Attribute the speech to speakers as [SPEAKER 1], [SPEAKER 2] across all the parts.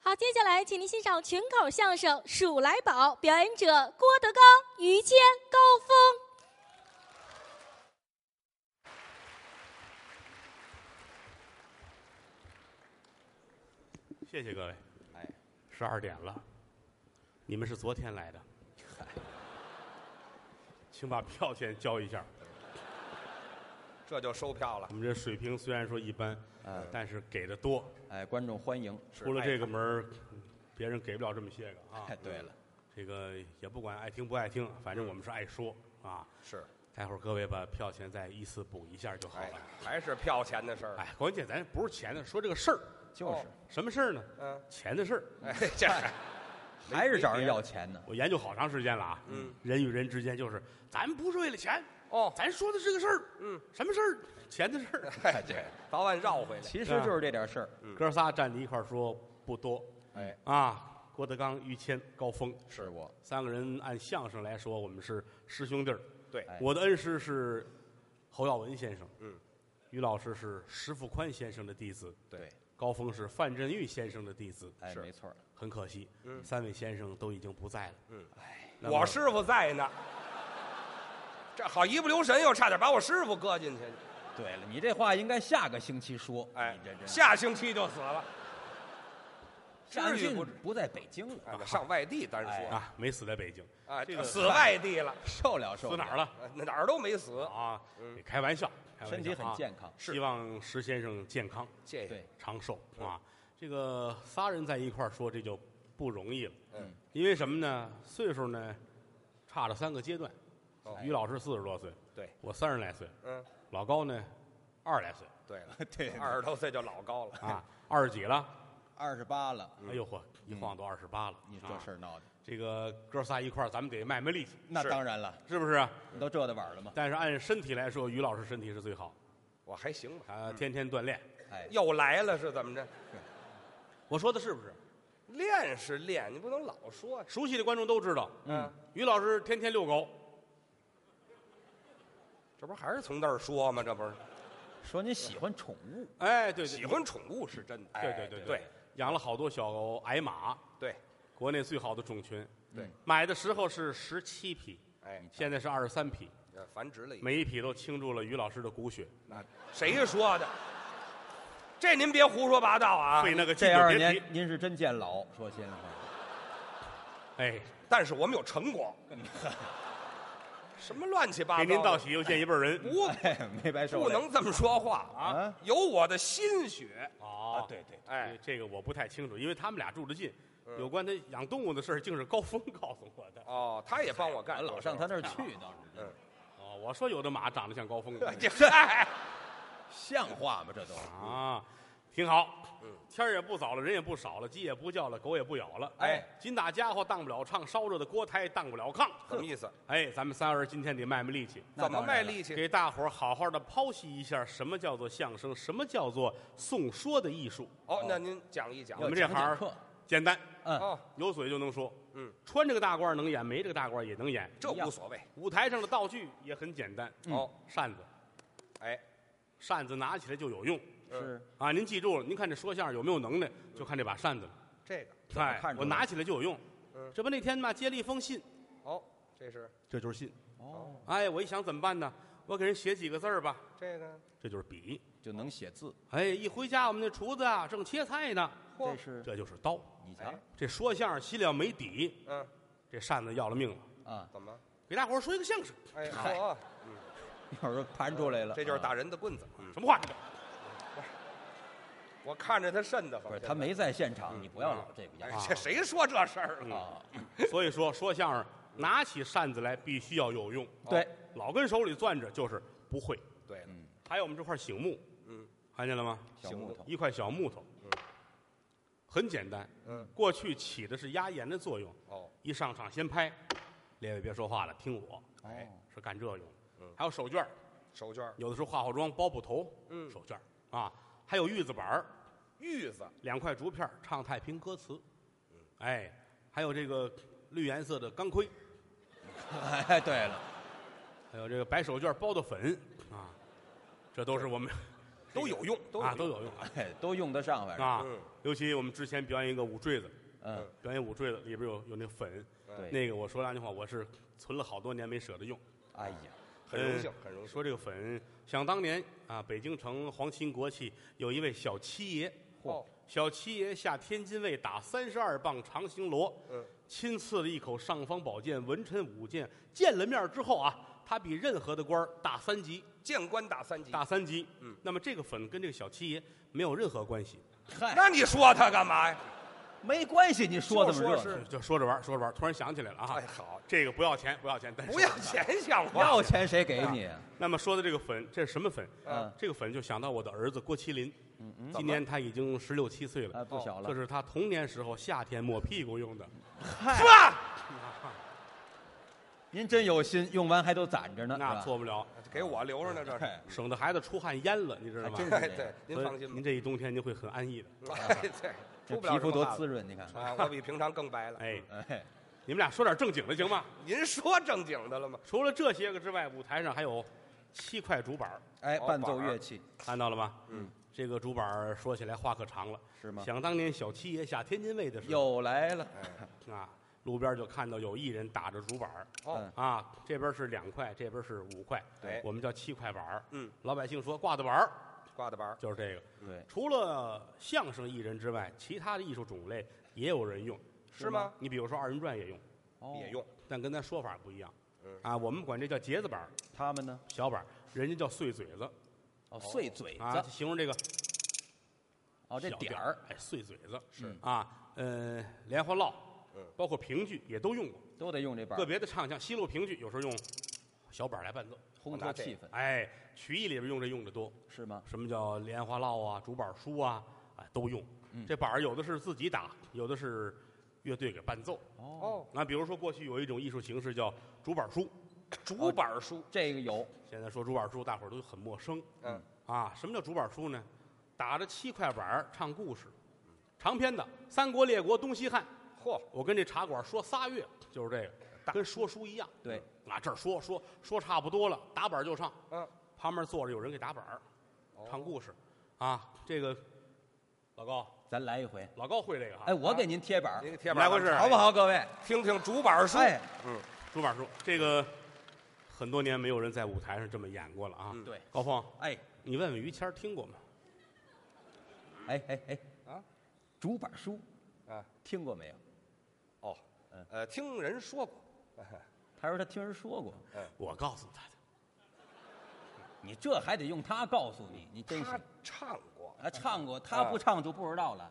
[SPEAKER 1] 好，接下来请您欣赏群口相声《数来宝》，表演者郭德纲、于谦、高峰。
[SPEAKER 2] 谢谢各位，
[SPEAKER 3] 哎，
[SPEAKER 2] 十二点了，你们是昨天 来的，请把票钱交一下。
[SPEAKER 3] 这就收票了
[SPEAKER 2] 我。们这水平虽然说一般，
[SPEAKER 3] 嗯
[SPEAKER 2] 但是给的多。
[SPEAKER 3] 哎，观众欢迎。
[SPEAKER 2] 出了这个门儿别人给不了这么些个啊
[SPEAKER 3] 哎，。嗯对了，
[SPEAKER 2] 这个也不管爱听不爱听，反正我们是爱说啊。
[SPEAKER 3] 是，
[SPEAKER 2] 待会儿各位把票钱再依次补一下就好
[SPEAKER 3] 哎
[SPEAKER 2] 了。，
[SPEAKER 3] 还是票钱的事儿，
[SPEAKER 2] 哎，关键咱不是钱的，说这个事儿，
[SPEAKER 3] 就是
[SPEAKER 2] 哦什么事儿呢？
[SPEAKER 3] 嗯，
[SPEAKER 2] 钱的事儿。
[SPEAKER 3] 哎，这是还是找人要钱呢？
[SPEAKER 2] 我研究好长时间了啊，
[SPEAKER 3] 嗯，
[SPEAKER 2] 人与人之间就是，咱不是为了钱，
[SPEAKER 3] 哦
[SPEAKER 2] 咱说的是个事儿，
[SPEAKER 3] 嗯，
[SPEAKER 2] 什么事儿？钱的事儿。啊
[SPEAKER 3] 哎， 对，早晚绕回来。
[SPEAKER 2] 其
[SPEAKER 3] 其实就是这点事儿。
[SPEAKER 2] 嗯哥仨站在一块儿说不多
[SPEAKER 3] 哎，
[SPEAKER 2] 啊，郭德纲、于谦、高峰
[SPEAKER 3] 嗯是我，
[SPEAKER 2] 三个人按相声来说，我们是师兄弟儿。
[SPEAKER 3] 对
[SPEAKER 2] 我的恩师是侯耀文先生，
[SPEAKER 3] 嗯，
[SPEAKER 2] 于老师是石富宽先生的弟子，
[SPEAKER 3] 对，
[SPEAKER 2] 高峰是范振钰先生的弟子。
[SPEAKER 3] 哎，
[SPEAKER 2] 是
[SPEAKER 3] 没错儿。
[SPEAKER 2] 很可惜，
[SPEAKER 3] 嗯
[SPEAKER 2] 三位先生都已经不在了。
[SPEAKER 3] 嗯，
[SPEAKER 2] 哎，
[SPEAKER 3] 我师傅在呢，这好一不留神又差点把我师傅搁进去。
[SPEAKER 4] 对了，你这话应该下个星期说。
[SPEAKER 3] 哎
[SPEAKER 4] 你这，这
[SPEAKER 3] 下星期就死了，
[SPEAKER 4] 夏
[SPEAKER 3] 至于
[SPEAKER 4] 俊
[SPEAKER 3] 不
[SPEAKER 4] 不在北京了，
[SPEAKER 3] 哎上外地单说
[SPEAKER 2] 啊，没死在北京，
[SPEAKER 3] 哎啊
[SPEAKER 2] 这个，哎
[SPEAKER 3] 死外地了，
[SPEAKER 4] 受了受
[SPEAKER 2] 死
[SPEAKER 4] 不
[SPEAKER 2] 哪
[SPEAKER 4] 了
[SPEAKER 2] 儿了？
[SPEAKER 3] 呃哪儿都没死，
[SPEAKER 2] 啊，你开玩笑，开玩笑
[SPEAKER 4] 身体很
[SPEAKER 2] 啊
[SPEAKER 4] 健康
[SPEAKER 2] 希望石先生健康
[SPEAKER 3] 这
[SPEAKER 4] 对，
[SPEAKER 2] 长寿啊。这个仨人在一块儿说，这就不容易了。
[SPEAKER 3] 嗯，
[SPEAKER 2] 因为什么呢？岁数呢，差了三个阶段。
[SPEAKER 3] 哦
[SPEAKER 2] 于老师四十多岁，
[SPEAKER 3] 对，
[SPEAKER 2] 我三十来岁，
[SPEAKER 3] 嗯，
[SPEAKER 2] 老高呢，二十来岁
[SPEAKER 3] 对了，
[SPEAKER 4] 对
[SPEAKER 3] 二十多岁就老高了，
[SPEAKER 2] 啊，二十几了。
[SPEAKER 4] 二十八了，
[SPEAKER 3] 嗯
[SPEAKER 2] 哎呦嚯，一晃都二十八了。
[SPEAKER 4] 你
[SPEAKER 2] 啊
[SPEAKER 4] 这事儿闹的，
[SPEAKER 2] 这个哥仨一块儿，咱们得卖卖力气，
[SPEAKER 4] 那
[SPEAKER 3] 是
[SPEAKER 4] 当然了，
[SPEAKER 2] 是不是？
[SPEAKER 4] 你都这的晚了吗？
[SPEAKER 2] 但是按身体来说，于老师身体是最好，
[SPEAKER 3] 我还行吧。
[SPEAKER 2] 他天天锻炼。
[SPEAKER 4] 哎，
[SPEAKER 3] 又来了是怎么着？
[SPEAKER 2] 我说的是不是？
[SPEAKER 3] 练是练，你不能老说呀。
[SPEAKER 2] 熟悉的观众都知道，
[SPEAKER 3] 嗯，
[SPEAKER 2] 于老师天天遛狗，
[SPEAKER 3] 这不还是从那儿说吗？这不是
[SPEAKER 4] 说你喜欢宠物，
[SPEAKER 2] 哎，对对，
[SPEAKER 3] 喜欢宠物是真的。
[SPEAKER 2] 对，
[SPEAKER 3] 哎
[SPEAKER 2] 对对
[SPEAKER 3] 对，
[SPEAKER 2] 养了好多小矮马，
[SPEAKER 3] 对，
[SPEAKER 2] 国内最好的种群。
[SPEAKER 3] 对，
[SPEAKER 2] 买的时候是十七匹，
[SPEAKER 3] 哎，
[SPEAKER 2] 现在是二十三匹，
[SPEAKER 3] 这繁殖了一，
[SPEAKER 2] 每一匹都倾注了于老师的骨血，
[SPEAKER 3] 那谁说的？这您别胡说八道啊！
[SPEAKER 2] 费那个劲
[SPEAKER 4] 这
[SPEAKER 2] 儿
[SPEAKER 4] 二
[SPEAKER 2] 别
[SPEAKER 4] 年
[SPEAKER 2] 提。
[SPEAKER 4] 您是真见老，说心里 话，
[SPEAKER 2] 哎，
[SPEAKER 3] 但是我们有成果。什么乱七八糟
[SPEAKER 2] 给
[SPEAKER 3] 的？嗯
[SPEAKER 2] 您道喜，又见一辈儿人。
[SPEAKER 3] 不
[SPEAKER 4] 哎，没白受累，
[SPEAKER 3] 不能这么说话啊
[SPEAKER 4] 啊！
[SPEAKER 3] 有我的心血，
[SPEAKER 2] 哦，
[SPEAKER 4] 对对，
[SPEAKER 3] 哎，
[SPEAKER 2] 这个我不太清楚，因为他们俩住得近。有关他养动物的事儿，竟是高峰告诉我的。
[SPEAKER 3] 哦，他也帮我
[SPEAKER 4] 我
[SPEAKER 3] 干，
[SPEAKER 4] 老上他那儿去倒是，
[SPEAKER 3] 嗯，
[SPEAKER 2] 哦，我说有的马长得像高峰
[SPEAKER 3] 这嗨，
[SPEAKER 4] 像话吗？这都，
[SPEAKER 2] 啊，挺好。
[SPEAKER 3] 嗯，
[SPEAKER 2] 天儿也不早了，人也不少了，鸡也不叫了，狗也不咬了。
[SPEAKER 3] 哎，
[SPEAKER 2] 金大家伙当不了炕，烧着的锅台当不了炕。
[SPEAKER 3] 什么意思？
[SPEAKER 2] 哎，咱们仨人今天得卖卖力气，
[SPEAKER 4] 那
[SPEAKER 3] 怎么
[SPEAKER 4] 当然
[SPEAKER 3] 卖
[SPEAKER 4] 了
[SPEAKER 3] 力气？
[SPEAKER 2] 给大伙儿好好的剖析一下什么叫做相声，什么叫做宋说的艺术。
[SPEAKER 3] 哦，那您讲一讲
[SPEAKER 2] 我
[SPEAKER 4] 要
[SPEAKER 2] 们这行
[SPEAKER 4] 讲
[SPEAKER 2] 儿
[SPEAKER 4] 讲课
[SPEAKER 2] 简单，
[SPEAKER 4] 嗯，
[SPEAKER 3] 哦，
[SPEAKER 2] 有嘴就能说。
[SPEAKER 3] 嗯，
[SPEAKER 2] 穿这个大褂儿能演，没这个大褂儿也能演。
[SPEAKER 3] 这无所谓。
[SPEAKER 2] 舞台上的道具也很简单，
[SPEAKER 3] 哦，
[SPEAKER 2] 扇子，
[SPEAKER 3] 哎，
[SPEAKER 2] 扇子拿起来就有用
[SPEAKER 4] 是
[SPEAKER 2] 啊！您记住了，您看这说相声有没有能耐，就看这把扇子了。
[SPEAKER 3] 这个
[SPEAKER 2] 哎，
[SPEAKER 4] 看出
[SPEAKER 2] 我
[SPEAKER 4] 来
[SPEAKER 2] 拿起来就有用。
[SPEAKER 3] 嗯
[SPEAKER 2] 这不那天嘛接了一封信，
[SPEAKER 3] 哦，这是
[SPEAKER 2] 这就是信。
[SPEAKER 4] 哦，
[SPEAKER 2] 哎，我一想怎么办呢？我给人写几个字儿吧，
[SPEAKER 3] 这个，
[SPEAKER 2] 这就是笔。
[SPEAKER 4] 就能写字，
[SPEAKER 2] 哎，一回家我们那厨子啊正切菜呢，
[SPEAKER 4] 这是
[SPEAKER 2] 这就是刀。
[SPEAKER 4] 你瞧
[SPEAKER 3] 哎
[SPEAKER 2] 这说相声心里要没底，
[SPEAKER 3] 嗯，
[SPEAKER 2] 这扇子要了命了。
[SPEAKER 4] 啊，
[SPEAKER 3] 怎么？
[SPEAKER 2] 给大伙儿说一个相声，
[SPEAKER 3] 哎，
[SPEAKER 4] 嗨
[SPEAKER 3] 嚯，
[SPEAKER 4] 一会儿说盘出来了，
[SPEAKER 5] 嗯
[SPEAKER 3] 这就是
[SPEAKER 4] 啊
[SPEAKER 3] 打人的棍子。嗯
[SPEAKER 2] 什么话？
[SPEAKER 3] 我看着他瘆得慌。
[SPEAKER 4] 不是
[SPEAKER 3] 现在
[SPEAKER 4] 他，没在现场，你不要老
[SPEAKER 2] 嗯
[SPEAKER 4] 这个样
[SPEAKER 3] 哎
[SPEAKER 4] 啊，
[SPEAKER 3] 这谁说这事儿了？
[SPEAKER 4] 啊，
[SPEAKER 2] 所以说说相声拿起扇子来必须要有用，
[SPEAKER 4] 对，
[SPEAKER 2] 老跟手里攥着就是不会。
[SPEAKER 3] 对了，
[SPEAKER 2] 还有我们这块醒木，
[SPEAKER 3] 嗯，
[SPEAKER 2] 看见了吗？
[SPEAKER 4] 小木 头，
[SPEAKER 2] 一块小木头，
[SPEAKER 3] 嗯
[SPEAKER 2] 很简单。
[SPEAKER 3] 嗯，
[SPEAKER 2] 过去起的是压弦的作用，
[SPEAKER 3] 哦，
[SPEAKER 2] 一上场先拍，列位别说话了，听我，
[SPEAKER 3] 哎，
[SPEAKER 2] 是干这用的。
[SPEAKER 3] 嗯
[SPEAKER 2] 还有手绢儿
[SPEAKER 3] 手绢儿
[SPEAKER 2] 有的时候化化妆、包布头，
[SPEAKER 3] 嗯
[SPEAKER 2] 手绢儿啊，还有玉子板儿
[SPEAKER 3] 玉子，
[SPEAKER 2] 两块竹片儿唱太平歌词，哎，还有这个绿颜色的钢盔，
[SPEAKER 4] 哎，对了，
[SPEAKER 2] 还有这个白手绢包的粉啊，这都是我们
[SPEAKER 3] 都有用，都
[SPEAKER 2] 啊，
[SPEAKER 3] 有
[SPEAKER 2] 都
[SPEAKER 3] 用。
[SPEAKER 2] 有用
[SPEAKER 5] 哎，都用得上，反正
[SPEAKER 2] 啊
[SPEAKER 3] 嗯。
[SPEAKER 2] 尤其我们之前表演一个舞坠子，
[SPEAKER 5] 嗯，
[SPEAKER 2] 表演舞坠子里边有有那粉，
[SPEAKER 5] 对
[SPEAKER 2] 那个我说良心话，我是存了好多年没舍得用。
[SPEAKER 5] 哎呀，
[SPEAKER 3] 很荣幸
[SPEAKER 2] 嗯，
[SPEAKER 3] 很荣幸。
[SPEAKER 2] 说这个粉，想当年啊，北京城皇亲国戚有一位小七爷，
[SPEAKER 3] 哦，
[SPEAKER 2] 小七爷下天津卫打三十二磅长兴罗，
[SPEAKER 3] 嗯，
[SPEAKER 2] 亲赐了一口尚方宝剑、文臣武将。见了面之后啊，他比任何的官儿大三级，
[SPEAKER 3] 谏官大三级，
[SPEAKER 2] 大三级。
[SPEAKER 3] 嗯，
[SPEAKER 2] 那么这个粉跟这个小七爷没有任何关系，
[SPEAKER 5] 嗨，
[SPEAKER 3] 那你说他干嘛呀？
[SPEAKER 5] 没关系，你说这么
[SPEAKER 3] 就
[SPEAKER 5] 热
[SPEAKER 3] 说是
[SPEAKER 5] 闹，
[SPEAKER 2] 就说着玩儿，说着玩儿，突然想起来了啊，
[SPEAKER 3] 嗯哎，好，
[SPEAKER 2] 这个不要钱，不要钱，但是
[SPEAKER 3] 不要。钱像话吗，
[SPEAKER 5] 要钱谁给你？啊
[SPEAKER 2] 那么说的这个粉，这是什么粉？
[SPEAKER 5] 嗯
[SPEAKER 2] 这个粉就想到我的儿子郭麒麟，嗯嗯，
[SPEAKER 3] 怎
[SPEAKER 2] 今
[SPEAKER 3] 么
[SPEAKER 2] 年他已经十六七岁了，
[SPEAKER 3] 嗯
[SPEAKER 5] 啊，不小
[SPEAKER 2] 这
[SPEAKER 5] 了，
[SPEAKER 2] 哦是他童年时候夏天抹屁股用的。
[SPEAKER 5] 嗨，
[SPEAKER 3] 呵，
[SPEAKER 5] 您真有心，用完还都攒着呢，
[SPEAKER 2] 那
[SPEAKER 5] 是吧
[SPEAKER 2] 错不了，
[SPEAKER 3] 给我留着呢，这 是。
[SPEAKER 5] 哎
[SPEAKER 2] 省得孩子出汗淹了，你知道吗
[SPEAKER 5] 还？真是
[SPEAKER 3] 哎，
[SPEAKER 5] 这样，
[SPEAKER 3] 对您放心
[SPEAKER 2] 您
[SPEAKER 3] 吧。
[SPEAKER 2] 这一冬天您会很安逸的。
[SPEAKER 3] 哎，对，
[SPEAKER 5] 这
[SPEAKER 3] 出不了
[SPEAKER 5] 皮肤
[SPEAKER 3] 什么
[SPEAKER 5] 多
[SPEAKER 3] 汗
[SPEAKER 5] 滋润，你看，
[SPEAKER 3] 啊！我比平常更白 了。
[SPEAKER 2] 哎，
[SPEAKER 5] 哎，
[SPEAKER 2] 你们俩说点正经的行吗？
[SPEAKER 3] 您说正经的了吗？
[SPEAKER 2] 除了这些个之外，舞台上还有七块竹板儿
[SPEAKER 5] 哎，
[SPEAKER 3] 好
[SPEAKER 5] 伴奏
[SPEAKER 3] 板儿
[SPEAKER 5] 乐器
[SPEAKER 2] 看到了吗？
[SPEAKER 3] 嗯，
[SPEAKER 2] 这个竹板儿说起来话可长了。
[SPEAKER 5] 是吗？
[SPEAKER 2] 想当年小七爷下天津卫的时候，
[SPEAKER 5] 又来了，
[SPEAKER 2] 啊，路边就看到有艺人打着竹板儿
[SPEAKER 3] 哦
[SPEAKER 5] 嗯，
[SPEAKER 2] 啊，这边是两块，这边是五块，
[SPEAKER 3] 对
[SPEAKER 2] 我们叫七块板儿
[SPEAKER 3] 嗯，
[SPEAKER 2] 老百姓说挂的板儿
[SPEAKER 3] 挂的板儿
[SPEAKER 2] 就是这个。
[SPEAKER 5] 对，
[SPEAKER 2] 除了相声艺人之外，其他的艺术种类也有人用。
[SPEAKER 3] 是吗？
[SPEAKER 2] 你比如说二人转也用，
[SPEAKER 5] 哦
[SPEAKER 3] 也用
[SPEAKER 2] 但跟咱说法不一样
[SPEAKER 3] 嗯。
[SPEAKER 2] 啊，我们管这叫节子板儿、
[SPEAKER 5] 他们呢？
[SPEAKER 2] 小板儿，人家叫碎嘴子
[SPEAKER 5] 哦，碎嘴
[SPEAKER 2] 啊，
[SPEAKER 5] 子，
[SPEAKER 2] 形容这个
[SPEAKER 5] 哦，这
[SPEAKER 2] 小
[SPEAKER 5] 点儿，，
[SPEAKER 2] 哎，碎嘴子
[SPEAKER 5] 是
[SPEAKER 2] 啊，呃，莲花落
[SPEAKER 3] 嗯，
[SPEAKER 2] 包括评剧也都用过，
[SPEAKER 5] 都得用这板
[SPEAKER 2] 个
[SPEAKER 5] 儿
[SPEAKER 2] 别的唱腔，西路评剧有时候用小板儿来伴奏，
[SPEAKER 5] 烘
[SPEAKER 3] 拿
[SPEAKER 5] 托
[SPEAKER 3] 这
[SPEAKER 5] 气氛，
[SPEAKER 2] 哎，曲艺里边用这用的多，
[SPEAKER 5] 是吗？
[SPEAKER 2] 什么叫莲花落啊、竹板书啊，啊都用
[SPEAKER 5] 嗯。
[SPEAKER 2] 这板儿有的是自己打，有的是乐队给伴奏。
[SPEAKER 5] 哦，
[SPEAKER 3] 哦，
[SPEAKER 2] 那比如说，过去有一种艺术形式叫竹板书， 啊
[SPEAKER 3] 竹板儿书
[SPEAKER 5] 这个有，
[SPEAKER 2] 现在说竹板书，大伙儿都很陌生。
[SPEAKER 3] 嗯，
[SPEAKER 2] 啊，什么叫竹板书呢？打着七块板儿唱故事，长篇的三国、列国、东西汉。
[SPEAKER 3] 嚯，
[SPEAKER 2] 我跟这茶馆说仨月，就是这个，跟说书一样。
[SPEAKER 5] 对，
[SPEAKER 2] 啊，这儿说说说差不多了，打板儿就唱。
[SPEAKER 3] 嗯，
[SPEAKER 2] 旁边坐着有人给打板儿，
[SPEAKER 3] 哦
[SPEAKER 2] 唱故事。啊，这个老高，
[SPEAKER 5] 咱来一回，
[SPEAKER 2] 老高会这个哈。
[SPEAKER 5] 哎，我给您贴板
[SPEAKER 3] 您
[SPEAKER 5] 儿，
[SPEAKER 3] 给贴板儿
[SPEAKER 2] 来回事
[SPEAKER 5] 好不好，各位？
[SPEAKER 3] 听听竹板儿书，
[SPEAKER 5] 哎，
[SPEAKER 2] 竹板书这个很多年没有人在舞台上这么演过了啊。
[SPEAKER 3] 嗯
[SPEAKER 5] 对，
[SPEAKER 2] 高峰，
[SPEAKER 5] 哎，
[SPEAKER 2] 你问问于谦儿听过吗？
[SPEAKER 5] 哎哎哎，
[SPEAKER 3] 啊，
[SPEAKER 5] 竹板书
[SPEAKER 3] 啊，
[SPEAKER 5] 听过没有？
[SPEAKER 3] 哦
[SPEAKER 5] 嗯，
[SPEAKER 3] 呃，听人说过，
[SPEAKER 5] 他说他听人说过，
[SPEAKER 2] 我告诉他的。
[SPEAKER 5] 你这还得用他告诉你，你真是
[SPEAKER 3] 他唱过，
[SPEAKER 5] 啊，唱过他不唱就不知道了，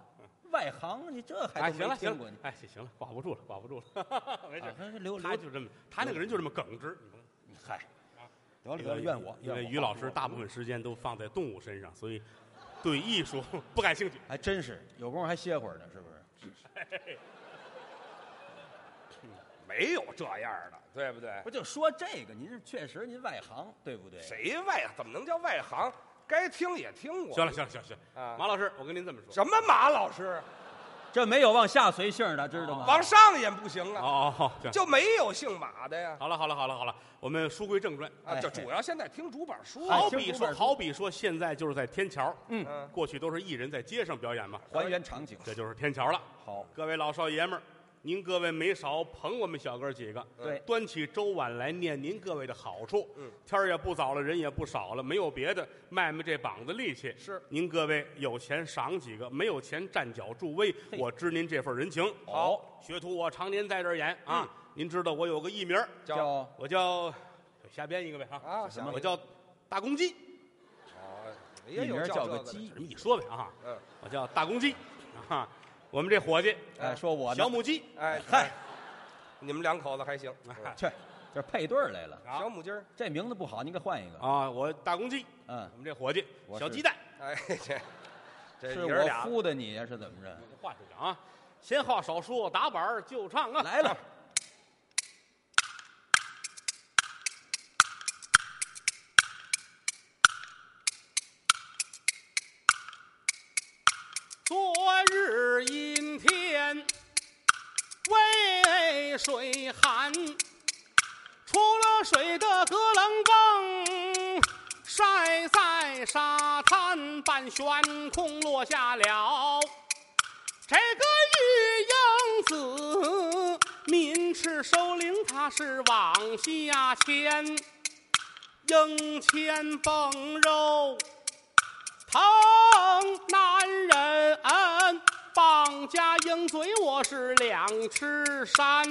[SPEAKER 5] 外行你这还
[SPEAKER 2] 哎，
[SPEAKER 5] 都
[SPEAKER 2] 行
[SPEAKER 5] 没
[SPEAKER 2] 了
[SPEAKER 5] 听
[SPEAKER 2] 行
[SPEAKER 5] 过
[SPEAKER 2] 了
[SPEAKER 5] 你，，
[SPEAKER 2] 哎，行了，挂不住了，挂不住了，没事
[SPEAKER 5] 啊。还是留
[SPEAKER 2] 他
[SPEAKER 5] 留
[SPEAKER 2] 就这么，他那个人就这么耿直。
[SPEAKER 5] 嗨，得了得了，怨我，
[SPEAKER 2] 因为
[SPEAKER 5] 怨我啊
[SPEAKER 2] 于老师大部分时间都放在动物身上，所以对艺术 不感兴趣。
[SPEAKER 5] 还哎真是有功夫还歇会儿呢，是不是？
[SPEAKER 3] 没有这样的，对不对？
[SPEAKER 5] 不就说这个，您是确实您外行，对不对？
[SPEAKER 3] 谁外怎么能叫外行？该听也听过。
[SPEAKER 2] 行了，行了，行了，行了。
[SPEAKER 3] 啊
[SPEAKER 2] 马老师，我跟您这么说。
[SPEAKER 3] 什么马老师？
[SPEAKER 5] 这没有往下随性的，知道吗？
[SPEAKER 3] 哦往上演不行啊，
[SPEAKER 2] 哦哦，哦行。
[SPEAKER 3] 就没有姓马的呀。
[SPEAKER 2] 好了，好了，好了，好了，我们书归正传。
[SPEAKER 3] 啊，
[SPEAKER 5] 哎
[SPEAKER 3] 就主要现在听竹板儿书。
[SPEAKER 2] 好
[SPEAKER 5] 听
[SPEAKER 2] 比
[SPEAKER 5] 哎书
[SPEAKER 2] 说，
[SPEAKER 5] 本书
[SPEAKER 2] 好比说，现在就是在天桥，
[SPEAKER 3] 嗯，
[SPEAKER 2] 过去都是艺人在街上表演嘛，
[SPEAKER 5] 还原场景，
[SPEAKER 2] 这就是天桥了。
[SPEAKER 5] 好，
[SPEAKER 2] 各位老少爷们儿，您各位没少捧我们小哥几个，
[SPEAKER 5] 对
[SPEAKER 2] 端起粥碗来念您各位的好处。
[SPEAKER 3] 嗯，
[SPEAKER 2] 天儿也不早了，人也不少了，没有别的，卖卖这膀子力气。
[SPEAKER 3] 是
[SPEAKER 2] 您各位有钱赏几个，没有钱站脚助威，
[SPEAKER 5] 嘿
[SPEAKER 2] 我知您这份人情。
[SPEAKER 5] 好，嗯
[SPEAKER 2] 学徒我常年在这儿演啊，您知道我有个艺名儿，
[SPEAKER 5] 叫
[SPEAKER 2] 我叫瞎编一个呗啊，
[SPEAKER 3] 啊，
[SPEAKER 5] 么
[SPEAKER 2] 我叫大公鸡，
[SPEAKER 3] 哦，也
[SPEAKER 5] 艺
[SPEAKER 3] 有
[SPEAKER 5] 名叫
[SPEAKER 3] 叫
[SPEAKER 5] 个
[SPEAKER 3] 这的，
[SPEAKER 5] 鸡，
[SPEAKER 2] 你们说呗啊，
[SPEAKER 3] 嗯，
[SPEAKER 2] 我叫大公鸡啊，我们这伙计
[SPEAKER 5] 哎，说我呢
[SPEAKER 2] 小，母鸡，
[SPEAKER 3] 哎，
[SPEAKER 5] 嗨，
[SPEAKER 3] 你们两口子 还行。嗯
[SPEAKER 2] 啊
[SPEAKER 5] 去，这配对儿来了，
[SPEAKER 2] 啊
[SPEAKER 3] 小母鸡儿，
[SPEAKER 5] 这名字不好，您给换一个，
[SPEAKER 2] 啊，我大公鸡。
[SPEAKER 5] 嗯
[SPEAKER 2] 我，们这伙计
[SPEAKER 5] 我
[SPEAKER 2] 小
[SPEAKER 5] 是
[SPEAKER 2] 鸡蛋，
[SPEAKER 3] 哎，这这
[SPEAKER 5] 是
[SPEAKER 3] 爷儿
[SPEAKER 5] 我
[SPEAKER 3] 俩
[SPEAKER 5] 敷的你呀，是怎么着？
[SPEAKER 2] 话是讲啊，闲话少说，打板儿就唱啊。
[SPEAKER 5] 来了，
[SPEAKER 2] 昨日阴天，渭水寒，出了水的隔冷泵，晒在沙滩半悬空落下了。这个玉英子，民赤首领他是往下牵，鹰牵蹦肉，疼男人。棒家鹰嘴我是两尺山，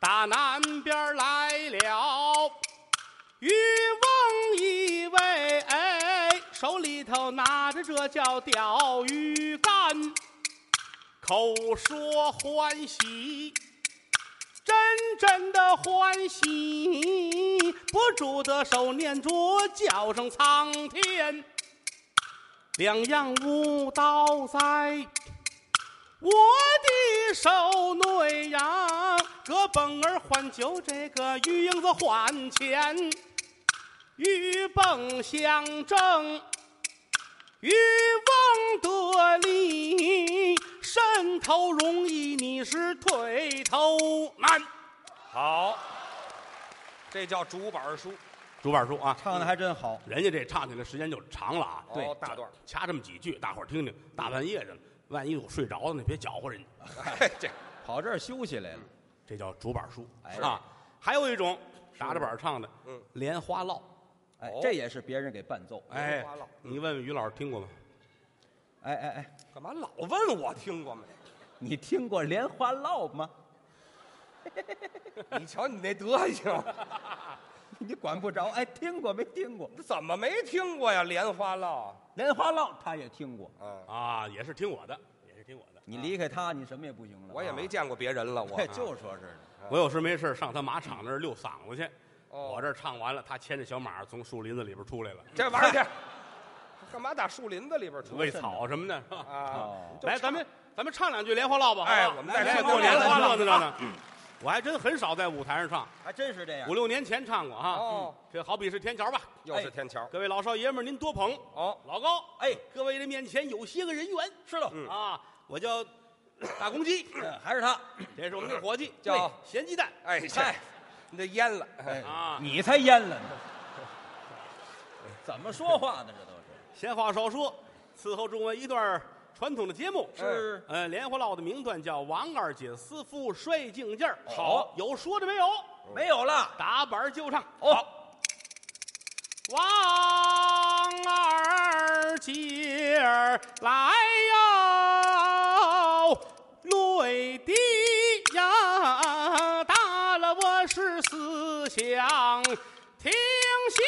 [SPEAKER 2] 打南边来了渔翁一位，哎手里头拿着这叫钓鱼竿，口说欢喜。真真的欢喜，不住的手念着叫声苍天。两样舞蹈在我的手内呀，这蹦儿换酒，这个鱼影子换钱，鱼蹦相争，渔翁得利，伸头容易，你是退头难。
[SPEAKER 3] 好，这叫主板书，
[SPEAKER 2] 主板书啊，
[SPEAKER 4] 唱的还真好。
[SPEAKER 2] 人家这唱起来时间就长了啊，
[SPEAKER 3] 对大段儿
[SPEAKER 2] 掐这么几句，大伙儿听听，大半夜的了，万一我睡着了呢，别搅和人家。
[SPEAKER 3] 哎，这
[SPEAKER 4] 跑这儿休息来了，
[SPEAKER 2] 这叫竹板书
[SPEAKER 4] 哎
[SPEAKER 2] 啊。还有一种打着板唱的，
[SPEAKER 3] 嗯，
[SPEAKER 2] 莲花落。
[SPEAKER 4] 哎
[SPEAKER 3] 哦，
[SPEAKER 4] 这也是别人给伴奏。
[SPEAKER 2] 哎
[SPEAKER 3] 莲花落，嗯
[SPEAKER 2] 你问问于老师听过吗？
[SPEAKER 4] 哎哎哎，
[SPEAKER 3] 干嘛老问我听过没？
[SPEAKER 4] 你听过《莲花落》吗？
[SPEAKER 3] 你瞧你那德行，
[SPEAKER 4] 你管不着。哎，听过没听过《
[SPEAKER 3] 怎么没听过呀？莲花落，
[SPEAKER 4] 莲花落》？他也听过。
[SPEAKER 3] 嗯，
[SPEAKER 2] 啊，也是听我的，也是听我的。
[SPEAKER 4] 你离开他，你什么也不行了。
[SPEAKER 3] 啊我也没见过啊别人了，我
[SPEAKER 4] 哎， 就说是呢。
[SPEAKER 2] 我有时没事儿上他马场那儿溜嗓子去。
[SPEAKER 3] 哦
[SPEAKER 2] 我这儿唱完了，他牵着小马儿从树林子里边出来了，
[SPEAKER 3] 这玩意儿， 干嘛打树林子里边出
[SPEAKER 2] 喂草什么的，是吧？
[SPEAKER 3] 啊？
[SPEAKER 4] 哦，
[SPEAKER 2] 来，咱们咱们唱两句《莲花落》吧。
[SPEAKER 3] 哎
[SPEAKER 2] 好不好
[SPEAKER 3] 我们再
[SPEAKER 2] 来
[SPEAKER 3] 听
[SPEAKER 2] 过
[SPEAKER 3] 听
[SPEAKER 2] 莲花落
[SPEAKER 3] 莲花落嗯
[SPEAKER 2] 呢，这呢。我还真很少在舞台上唱，
[SPEAKER 4] 还真是这样
[SPEAKER 2] 五。六年前唱过哈。
[SPEAKER 3] 哎哦
[SPEAKER 2] 嗯这好比是天桥吧？
[SPEAKER 3] 又是天桥，
[SPEAKER 2] 各位老少爷们儿，您多捧。
[SPEAKER 3] 哦，
[SPEAKER 2] 老高，
[SPEAKER 4] 哎，
[SPEAKER 2] 各位的面前有些个人缘
[SPEAKER 4] 是喽，
[SPEAKER 2] 啊，我叫大公鸡，
[SPEAKER 4] 嗯还是他。
[SPEAKER 2] 这是我们的伙计，
[SPEAKER 3] 叫
[SPEAKER 2] 对咸鸡蛋
[SPEAKER 3] 哎，嗨，你这哎淹了，
[SPEAKER 2] 啊。
[SPEAKER 4] 你才淹了呢！ 怎么说话呢？这都
[SPEAKER 5] 嗯
[SPEAKER 4] 是
[SPEAKER 2] 闲话少说，伺候众位一段传统的节目
[SPEAKER 4] 是
[SPEAKER 2] 呃，莲花落的名段叫王二姐私夫摔镜件儿
[SPEAKER 4] 好，
[SPEAKER 2] 有说的没有？
[SPEAKER 5] 嗯
[SPEAKER 4] 没有了。
[SPEAKER 2] 打板儿就唱。
[SPEAKER 4] 哦，
[SPEAKER 2] 王二姐儿来哟，泪滴呀，打了我是思想停休，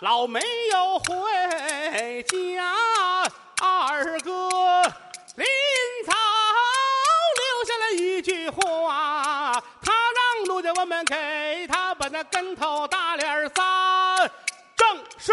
[SPEAKER 2] 老没有回家，二哥临走留下了一句话，他让陆家我们给他把那跟头打脸儿撒，正是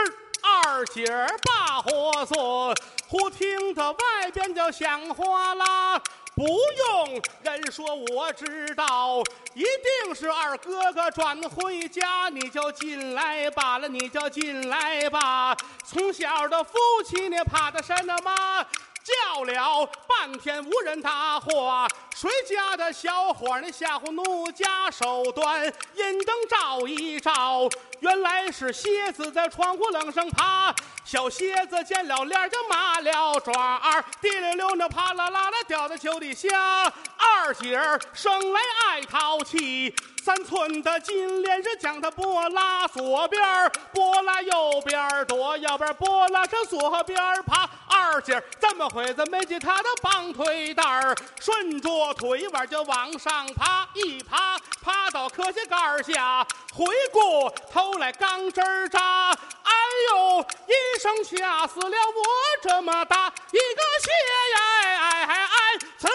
[SPEAKER 2] 二姐儿把火做，忽听得外边就响哗啦。不用人说，我知道，一定是二哥哥转回家，你就进来吧了，你就进来吧。从小的夫妻，你怕的什么？叫了半天无人搭话，谁家的小伙儿那吓唬奴家手段，阴灯照一照，原来是蝎子在窗户冷上爬。小蝎子见了脸儿就麻了爪儿，滴溜溜那啪啦啦的掉在酒底下。二姐儿生来爱淘气，三寸的金莲是将它拨拉左边儿，拨拉右边儿躲，右边儿拨拉上左边儿爬。二姐儿这么会子没系她的绑腿带儿，顺着腿腕儿就往上爬，一爬爬到磕下盖儿下，回过头来钢针儿扎。哎呦，一声掐死了我这么大一个血呀！哎哎哎哎，刺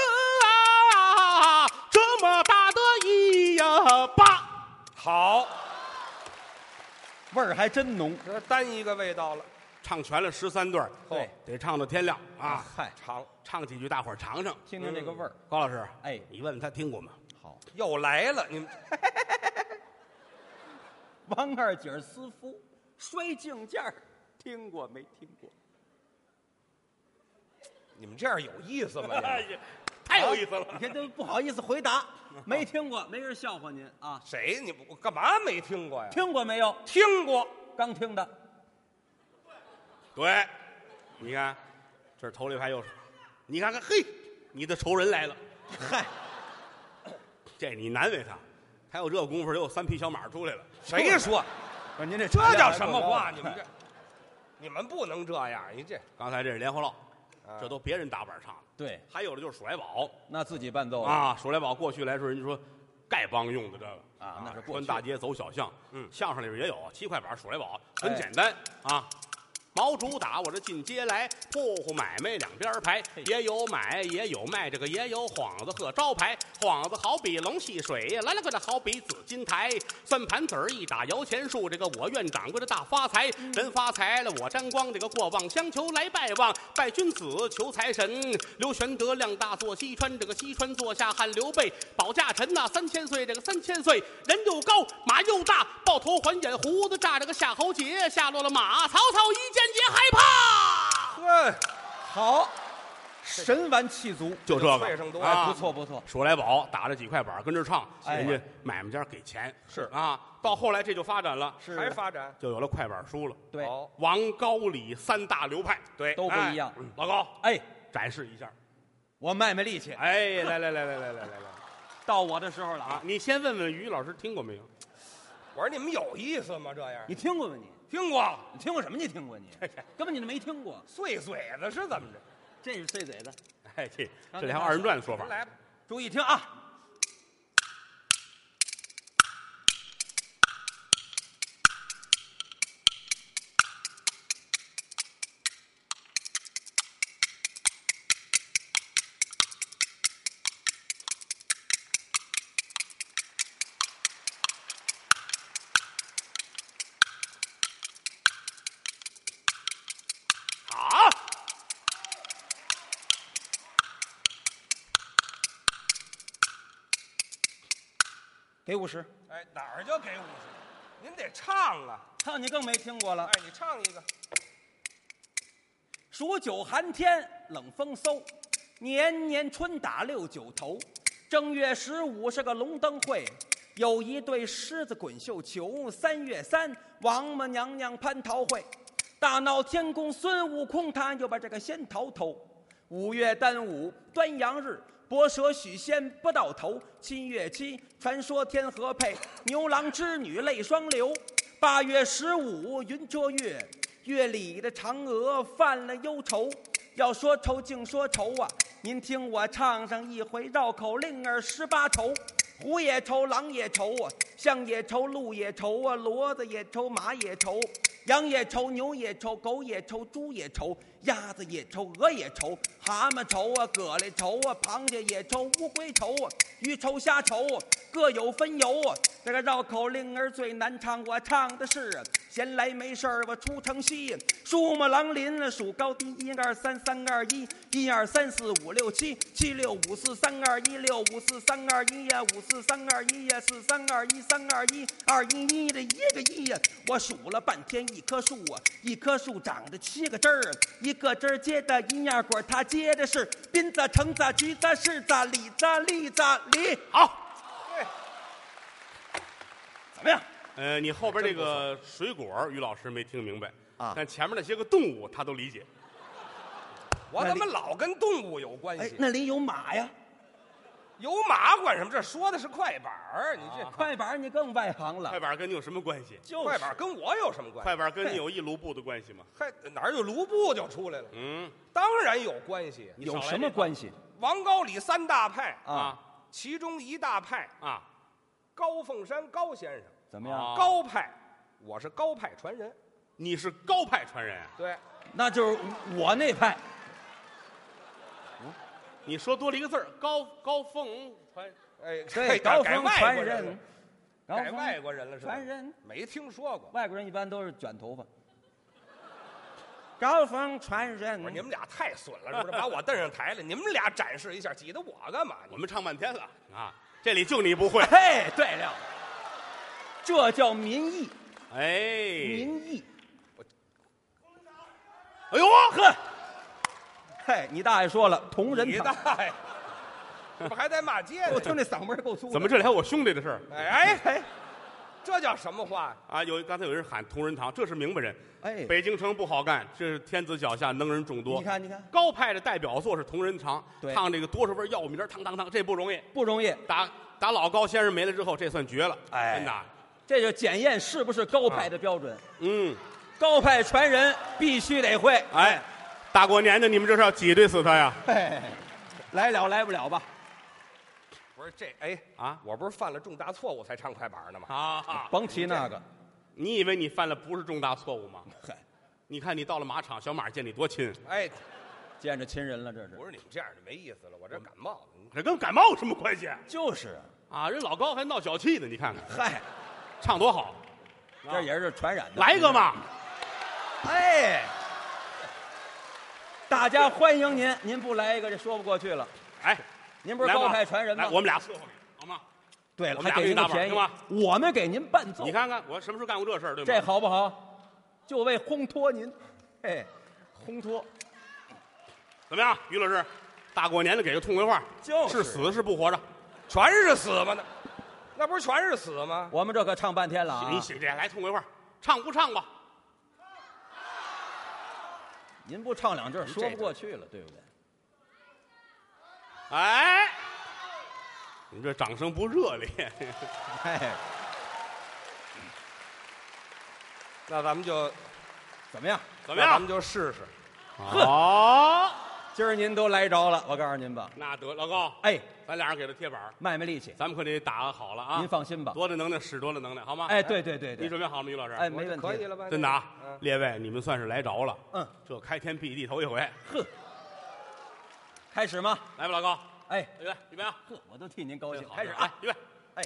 [SPEAKER 2] 啊，这么大的一呀疤。
[SPEAKER 3] 好，
[SPEAKER 4] 味儿还真浓。
[SPEAKER 3] 这单一个味道了，
[SPEAKER 2] 唱全了十三段，
[SPEAKER 4] 对，
[SPEAKER 2] 得唱到天亮啊！
[SPEAKER 4] 嗨，
[SPEAKER 3] 长
[SPEAKER 2] 唱几句，大伙儿尝尝。
[SPEAKER 4] 听听这个
[SPEAKER 5] 嗯
[SPEAKER 4] 味儿，
[SPEAKER 2] 高老师，
[SPEAKER 4] 哎
[SPEAKER 2] 你问问他听过吗？
[SPEAKER 4] 好。
[SPEAKER 3] 又来了，你们
[SPEAKER 4] 王二姐儿私夫摔镜件儿，听过没听过？
[SPEAKER 3] 你们这样有意思 吗？你们
[SPEAKER 2] 太有意思了
[SPEAKER 4] 你看都不好意思回答，没听过，没人笑话您啊。
[SPEAKER 3] 谁？你我干嘛没听过呀？
[SPEAKER 4] 听过没有？
[SPEAKER 3] 听过，
[SPEAKER 4] 刚听的，
[SPEAKER 2] 对，你看，这头里还有，你看看，嘿，你的仇人来了，
[SPEAKER 3] 嗨，
[SPEAKER 2] 这你难为他，他有这功夫，又三匹小马出来了。
[SPEAKER 3] 谁说？
[SPEAKER 5] 不是您这
[SPEAKER 3] 这
[SPEAKER 5] 材料
[SPEAKER 3] 叫
[SPEAKER 5] 还
[SPEAKER 3] 什
[SPEAKER 5] 够
[SPEAKER 3] 么
[SPEAKER 5] 高啊
[SPEAKER 3] 话？
[SPEAKER 5] 的
[SPEAKER 3] 你们 这，你们不能这样！ 你这
[SPEAKER 2] 刚才这是莲花落，
[SPEAKER 3] 啊
[SPEAKER 2] 这都别人打板唱的，
[SPEAKER 5] 对，
[SPEAKER 2] 还有的就是数来宝
[SPEAKER 5] 那自己伴奏啊，
[SPEAKER 2] 啊，数来宝过去来说，人家说丐帮用的这个
[SPEAKER 5] 啊那是过
[SPEAKER 2] 穿
[SPEAKER 5] 去
[SPEAKER 2] 大街走小巷，嗯，相声里边也有七块板数来宝，很
[SPEAKER 5] 哎
[SPEAKER 2] 简单啊。毛主打我这进街来，铺户买卖两边儿排，也有买也有卖，这个也有幌子和招牌。幌子好比龙戏水，来了个这好比紫金台。算盘子儿一打摇钱树，这个我愿掌柜的大发财。
[SPEAKER 5] 嗯
[SPEAKER 2] 人发财了我沾光，这个过望乡求来拜望，拜君子求财神。刘玄德量大坐西川，这个西川坐下汉刘备，保驾臣呐、三千岁，这个三千岁人又高马又大，抱头还眼胡子炸，这个夏侯杰下落了马，曹操一见也害怕。
[SPEAKER 3] 呵，
[SPEAKER 5] 好，神完气足，
[SPEAKER 2] 就这
[SPEAKER 3] 脆生多
[SPEAKER 2] 个
[SPEAKER 3] 了
[SPEAKER 5] 哎，
[SPEAKER 2] 啊
[SPEAKER 5] 不，错不错，
[SPEAKER 2] 数来宝打着几块板跟这唱，
[SPEAKER 5] 哎
[SPEAKER 2] 人家买卖家给钱
[SPEAKER 5] 是
[SPEAKER 2] 啊，到后来这就发展了，
[SPEAKER 5] 是
[SPEAKER 3] 还发展？
[SPEAKER 2] 就有了快板书了。
[SPEAKER 5] 对，
[SPEAKER 3] 好
[SPEAKER 2] 王高李三大流派，
[SPEAKER 3] 对，
[SPEAKER 5] 都不
[SPEAKER 3] 哎
[SPEAKER 5] 一样。
[SPEAKER 2] 嗯老高
[SPEAKER 5] 哎，
[SPEAKER 2] 展示一下。
[SPEAKER 5] 我卖卖力气，
[SPEAKER 2] 哎，来来来来来来来来
[SPEAKER 5] 到我的时候了
[SPEAKER 2] 啊
[SPEAKER 5] 啊！！
[SPEAKER 2] 你先问问于老师听过没有？
[SPEAKER 3] 我说你们有意思吗？这样
[SPEAKER 5] 你听过吗？你
[SPEAKER 3] 听过
[SPEAKER 5] 你听过什么？你听过你？根本你都没听过，
[SPEAKER 3] 碎嘴子是怎么着？
[SPEAKER 5] 这是碎嘴子。
[SPEAKER 2] 哎，这这还有二人转的说法。
[SPEAKER 3] 来吧，
[SPEAKER 5] 注意听啊！
[SPEAKER 2] 好。
[SPEAKER 5] 给五十，
[SPEAKER 3] 哎，哪儿就给五十？您得唱啊！
[SPEAKER 5] 唱你更没听过了
[SPEAKER 3] 哎。，你唱一个，
[SPEAKER 5] 数九寒天，冷风嗖，年年春打六九头。正月十五是个龙灯会，有一对狮子滚绣球。三月三，王母娘娘蟠桃会，大闹天宫，孙悟空他又把这个仙桃偷。五月端午，端阳日。博蛇许仙不到头，七月七，传说天河配，牛郎织女泪双流。八月十五，云遮月，月里的嫦娥犯了忧愁。要说愁，净说愁啊！您听我唱上一回绕口令儿十八愁：虎也愁，狼也愁啊，象也愁，鹿也愁啊，骡子也愁，马也愁，羊也愁，牛也愁，狗也愁，猪也愁，鸭子也愁，鹅也愁，蛤蟆愁啊，蛤蜊愁啊，螃蟹也愁，乌龟愁啊，鱼愁，虾愁啊，各有分忧啊。这个绕口令儿最难唱，我唱的是闲来没事儿我出城西，树木狼林啊数高低，一二三三二一，一二三四五六七，七六五四三二一，六五四三二一呀，五四三二一呀，四三二一三二一，二一一的一个一呀，我数了半天，一棵树啊，一棵树长着七个枝儿，一个枝儿结的银芽果儿，它结的是槟子、橙子、橘子、柿子、李子、栗子、梨，
[SPEAKER 2] 好，
[SPEAKER 5] 怎么样？
[SPEAKER 2] 呃，你后边这个水果，于老师没听明白
[SPEAKER 5] 啊
[SPEAKER 2] 但前面那些个动物他都理解。
[SPEAKER 3] 我
[SPEAKER 5] 那
[SPEAKER 3] 怎
[SPEAKER 5] 你
[SPEAKER 3] 么老跟动物有关
[SPEAKER 5] 哎，
[SPEAKER 3] 系？
[SPEAKER 5] 那里有马呀。
[SPEAKER 3] 有马管什么？这说的是快板儿，你这
[SPEAKER 5] 快板儿你更外行了
[SPEAKER 2] 快，板跟你有什么关系？
[SPEAKER 5] 就
[SPEAKER 3] 快
[SPEAKER 5] 是
[SPEAKER 3] 板儿跟我有什么关系？
[SPEAKER 2] 快板跟你有一卢布的关系吗？
[SPEAKER 3] 快哪儿有卢布就出来了？
[SPEAKER 2] 嗯，
[SPEAKER 3] 当然有关系。
[SPEAKER 2] 你少
[SPEAKER 5] 有
[SPEAKER 2] 来
[SPEAKER 5] 什么
[SPEAKER 2] 这个
[SPEAKER 5] 关系
[SPEAKER 3] 王高李三大派，
[SPEAKER 5] 啊？
[SPEAKER 3] 其中一大派
[SPEAKER 2] 啊？
[SPEAKER 3] 高凤山高先生，
[SPEAKER 5] 怎么样？
[SPEAKER 2] 啊
[SPEAKER 3] 高派，我是高派传人。
[SPEAKER 2] 你是高派传人啊，
[SPEAKER 3] 对，
[SPEAKER 5] 那就是我那派，
[SPEAKER 2] 你说多了一个字儿，高高凤传。
[SPEAKER 3] 哎，
[SPEAKER 5] 对，
[SPEAKER 3] 改
[SPEAKER 5] 高
[SPEAKER 3] 改
[SPEAKER 5] 峰
[SPEAKER 3] 外
[SPEAKER 5] 传
[SPEAKER 3] 国人了
[SPEAKER 5] 人，，高
[SPEAKER 3] 改
[SPEAKER 5] 峰
[SPEAKER 3] 外国人了是吧？
[SPEAKER 5] 传人，嗯
[SPEAKER 3] 没听说过。
[SPEAKER 5] 外国人一般都是卷头发。高峰传人
[SPEAKER 3] 我说你们俩太损了，是不是？把我蹬上台了，你们俩展示一下，挤得我干嘛？
[SPEAKER 2] 我们唱半天了啊，这里就你不会。
[SPEAKER 5] 嘿，对了，这叫民意，
[SPEAKER 2] 哎，
[SPEAKER 5] 民意。
[SPEAKER 2] 哎呦呵，
[SPEAKER 5] 嘿，你大爷说了，同人
[SPEAKER 3] 你
[SPEAKER 5] 堂，
[SPEAKER 3] 大爷，哎这不还在骂街呢
[SPEAKER 5] 我？听这嗓门儿够粗的。
[SPEAKER 2] 怎么这里还有我兄弟的事儿？
[SPEAKER 3] 哎哎，
[SPEAKER 5] 哎，
[SPEAKER 3] 这叫什么话？
[SPEAKER 2] 啊，有刚才有人喊同仁堂，这是明白人。
[SPEAKER 5] 哎
[SPEAKER 2] 北京城不好干，这是天子脚下能人众多。
[SPEAKER 5] 你看你看
[SPEAKER 2] 高派的代表作是同仁堂，
[SPEAKER 5] 对
[SPEAKER 2] 唱这个多少味儿药名儿，汤汤汤，这不容易。
[SPEAKER 5] 不容易，
[SPEAKER 2] 打打老高先生没了之后，这算绝了。
[SPEAKER 3] 哎
[SPEAKER 2] 真的，啊
[SPEAKER 5] 这就检验是不是高派的标
[SPEAKER 3] 啊
[SPEAKER 5] 准。
[SPEAKER 2] 嗯，
[SPEAKER 5] 高派传人必须得会。
[SPEAKER 2] 哎，大过年的你们这是要挤兑死他呀？
[SPEAKER 5] 哎，来了来不了吧？
[SPEAKER 3] 不是这哎
[SPEAKER 2] 啊
[SPEAKER 3] 我不是犯了重大错误才唱快板呢吗？
[SPEAKER 2] 啊，
[SPEAKER 5] 甭提那个，
[SPEAKER 2] 你以为你犯了不是重大错误吗？
[SPEAKER 5] 嗨，
[SPEAKER 2] 你看你到了马场，小马见你多亲，
[SPEAKER 3] 哎，
[SPEAKER 5] 见着亲人了这是。
[SPEAKER 3] 不是你们这样就没意思了，我这感冒了。你
[SPEAKER 2] 这跟感冒有什么关系
[SPEAKER 5] 就是，
[SPEAKER 2] 啊？人老高还闹脚气呢，你看看
[SPEAKER 5] 嗨，
[SPEAKER 2] 唱多好，
[SPEAKER 5] 这也是传染的。
[SPEAKER 2] 来一个嘛！
[SPEAKER 5] 哎，大家欢迎您，您不来一个这说不过去了。
[SPEAKER 2] 哎，
[SPEAKER 5] 您不是
[SPEAKER 2] 来吧
[SPEAKER 5] 高派传人吗
[SPEAKER 2] 来我们俩伺候你，好吗？
[SPEAKER 5] 对
[SPEAKER 2] 我
[SPEAKER 5] 了，
[SPEAKER 2] 们
[SPEAKER 5] 还
[SPEAKER 2] 俩给
[SPEAKER 5] 给
[SPEAKER 2] 你打
[SPEAKER 5] 您个
[SPEAKER 2] 板
[SPEAKER 5] 便宜
[SPEAKER 2] 行吗？
[SPEAKER 5] 我们给您伴奏，
[SPEAKER 2] 你看看我什么时候干过这事儿，对吗？
[SPEAKER 5] 这好不好？就为烘托您，哎，烘托
[SPEAKER 2] 怎么样，于老师？大过年的给个痛快话，
[SPEAKER 5] 就是
[SPEAKER 2] 是死是不活着？
[SPEAKER 3] 全是死吗？那那不是全是死吗？
[SPEAKER 5] 我们这可唱半天了啊！
[SPEAKER 2] 你写这来痛快话，唱不唱吧？
[SPEAKER 5] 您不唱两句儿
[SPEAKER 3] 这
[SPEAKER 5] 说不过去了，对不对？
[SPEAKER 2] 哎，你这掌声不热 烈，
[SPEAKER 5] 哎，
[SPEAKER 3] 那咱们就
[SPEAKER 5] 怎么样？
[SPEAKER 2] 怎么
[SPEAKER 3] 那咱
[SPEAKER 2] 样？
[SPEAKER 3] 们就试试。
[SPEAKER 2] 好，
[SPEAKER 5] 今儿您都来着了，我告诉您吧。
[SPEAKER 2] 那得老高，
[SPEAKER 5] 哎，
[SPEAKER 2] 咱俩人给他贴板儿，
[SPEAKER 5] 卖卖力气，
[SPEAKER 2] 咱们可得打好了啊！
[SPEAKER 5] 您放心吧。
[SPEAKER 2] 多大能耐使多大能耐，好吗？
[SPEAKER 5] 哎，，对对对
[SPEAKER 2] 你
[SPEAKER 5] 对，
[SPEAKER 2] 准备好了吗，于老师？
[SPEAKER 5] 哎，没问题，
[SPEAKER 3] 可以了吧？
[SPEAKER 2] 真的啊
[SPEAKER 3] 嗯，
[SPEAKER 2] 列位，你们算是来着了。
[SPEAKER 5] 嗯，
[SPEAKER 2] 这开天辟地头一回，
[SPEAKER 5] 开始吗？
[SPEAKER 2] 来吧，老高，
[SPEAKER 5] 哎，
[SPEAKER 2] 预备，预备啊！
[SPEAKER 5] 呵，我都替您高兴。
[SPEAKER 2] 好
[SPEAKER 5] 开始啊！，
[SPEAKER 2] 预备。
[SPEAKER 5] 哎，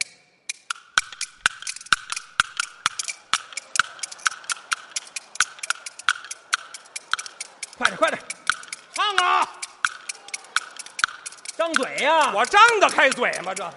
[SPEAKER 5] 快点快点，
[SPEAKER 2] 唱啊！
[SPEAKER 5] 张嘴呀！
[SPEAKER 3] 我张得开嘴吗？这还？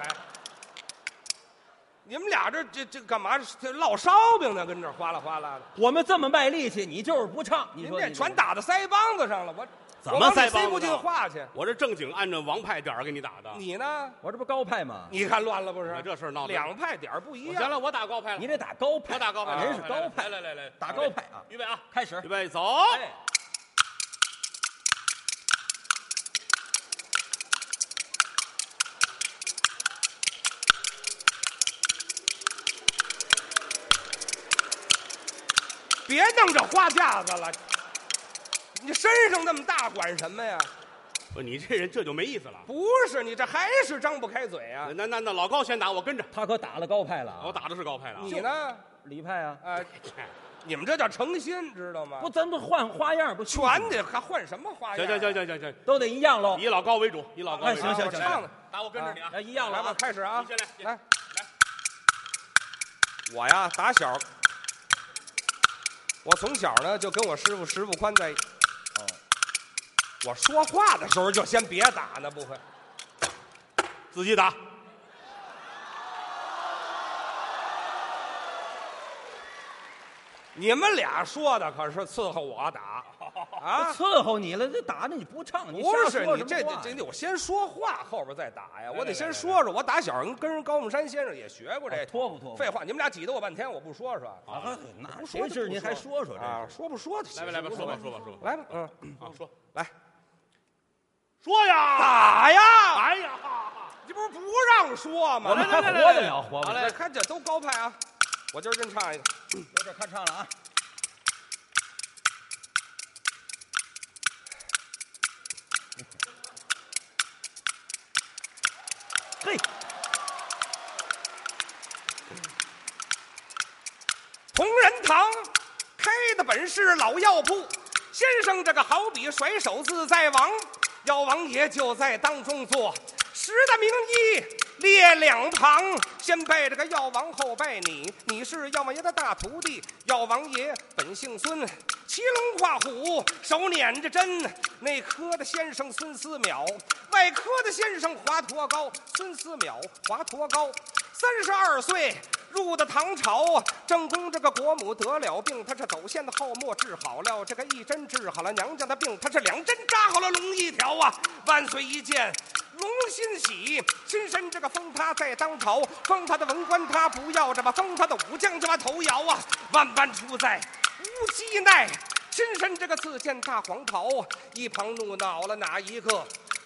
[SPEAKER 3] 你们俩这这这干嘛？这烙烧饼呢？跟这儿哗啦哗啦的。
[SPEAKER 5] 我们这么卖力气，你就是不唱，你
[SPEAKER 3] 您
[SPEAKER 5] 说
[SPEAKER 3] 这
[SPEAKER 5] 你
[SPEAKER 3] 全打到腮帮子上了，我
[SPEAKER 2] 怎么
[SPEAKER 3] 我往里
[SPEAKER 2] 腮帮子啊
[SPEAKER 3] 塞不进
[SPEAKER 2] 上
[SPEAKER 3] 话去。
[SPEAKER 2] 我这正经按照王派点儿给你打的。哎
[SPEAKER 3] 你呢？
[SPEAKER 5] 我这不高派吗？
[SPEAKER 3] 你看乱了不是
[SPEAKER 2] 我？这事儿闹的
[SPEAKER 3] 两派点儿不一
[SPEAKER 2] 我
[SPEAKER 3] 样
[SPEAKER 2] 行。了，我打高派了。
[SPEAKER 5] 你得打高派，啊
[SPEAKER 2] 我打高派，
[SPEAKER 5] 人
[SPEAKER 3] 啊
[SPEAKER 5] 是高派，
[SPEAKER 2] 来来来来，
[SPEAKER 5] 打高派啊！
[SPEAKER 2] 预备啊，
[SPEAKER 5] 开始
[SPEAKER 2] 预，备走。
[SPEAKER 5] 哎，
[SPEAKER 3] 别弄这花架子了，你身上那么大管什么呀？
[SPEAKER 2] 不是你这人这就没意思了。
[SPEAKER 3] 不是你这还是张不开嘴啊？
[SPEAKER 2] 那那那老高先打，我跟着。
[SPEAKER 5] 他可打了高派了啊，
[SPEAKER 2] 我打的是高派了啊。哎
[SPEAKER 3] 你呢？
[SPEAKER 5] 李派啊，
[SPEAKER 3] 啊，你们这叫诚心，知道吗
[SPEAKER 5] 不，？咱们换花样不？
[SPEAKER 3] 全，得还换什么花
[SPEAKER 2] 行
[SPEAKER 3] 样？
[SPEAKER 2] 行行，行行行，
[SPEAKER 5] 都得一样喽。
[SPEAKER 2] 以老高为主，以老高为
[SPEAKER 5] 哎
[SPEAKER 2] 主。啊
[SPEAKER 5] 行行
[SPEAKER 3] 我
[SPEAKER 5] 行
[SPEAKER 3] 唱的
[SPEAKER 2] 打我跟着你啊
[SPEAKER 5] 啊，。一样了
[SPEAKER 3] 来吧，
[SPEAKER 5] 啊！
[SPEAKER 3] 开始啊
[SPEAKER 2] 你！先来
[SPEAKER 3] 来，我呀，打小，我从小呢就跟我师傅师傅宽在一起。哦我说话的时候就先别打呢，不会。
[SPEAKER 2] 自己打。
[SPEAKER 3] 你们俩说的可是伺候我打啊！
[SPEAKER 5] 伺候你了，这打的你不唱， 你
[SPEAKER 3] 不
[SPEAKER 5] 瞎
[SPEAKER 3] 是
[SPEAKER 5] 说
[SPEAKER 3] 你
[SPEAKER 5] 什么
[SPEAKER 3] 这
[SPEAKER 5] 话
[SPEAKER 3] 这
[SPEAKER 5] 呀
[SPEAKER 3] 这得我先说话，后边再打呀。我得
[SPEAKER 2] 来来
[SPEAKER 3] 先说说，我打小跟跟人高梦山先生也学过这
[SPEAKER 5] 哎托付托付
[SPEAKER 3] 废话，你们俩挤得我半天，我不说说啊
[SPEAKER 5] 啊，那
[SPEAKER 3] 不
[SPEAKER 5] 谁
[SPEAKER 3] 说
[SPEAKER 5] 是您还说说这
[SPEAKER 3] 啊？
[SPEAKER 5] 个？
[SPEAKER 3] 说不说的？
[SPEAKER 2] 来吧来吧，说吧说吧说吧。
[SPEAKER 3] 来吧，嗯，
[SPEAKER 2] 啊，说
[SPEAKER 3] 来
[SPEAKER 2] 说呀！
[SPEAKER 3] 打呀！
[SPEAKER 2] 哎呀，
[SPEAKER 3] 这不是不让说吗？
[SPEAKER 5] 我们
[SPEAKER 3] 来
[SPEAKER 5] 还
[SPEAKER 3] 来
[SPEAKER 5] 活
[SPEAKER 3] 来，
[SPEAKER 5] 得了，活不
[SPEAKER 2] 好
[SPEAKER 5] 了。
[SPEAKER 2] 嘞
[SPEAKER 3] 来看这都高派啊！我今儿真唱一个，
[SPEAKER 5] 有点看唱了啊！嘿，
[SPEAKER 3] 同仁堂开的本是老药铺，先生这个好比甩手自在王，药王爷就在当中坐，十大名医列两旁，先拜这个药王，后拜你，你是药王爷的大徒弟，药王爷本姓孙。骑龙画虎，手捻着针；内科的先生孙思邈，外科的先生华佗高。孙思邈，华佗高，三十二岁入的唐朝，正宫这个国母得了病，他是走线的后末治好了，这个一针治好了娘家的病，他是两针扎好了龙一条啊！万岁一见，龙欣喜，亲身这个封他在当朝，封他的文官他不要，这么封他的武将这么头摇啊，万般出在无鸡奈。亲身这个刺剑大黄袍，一旁怒恼了哪一个？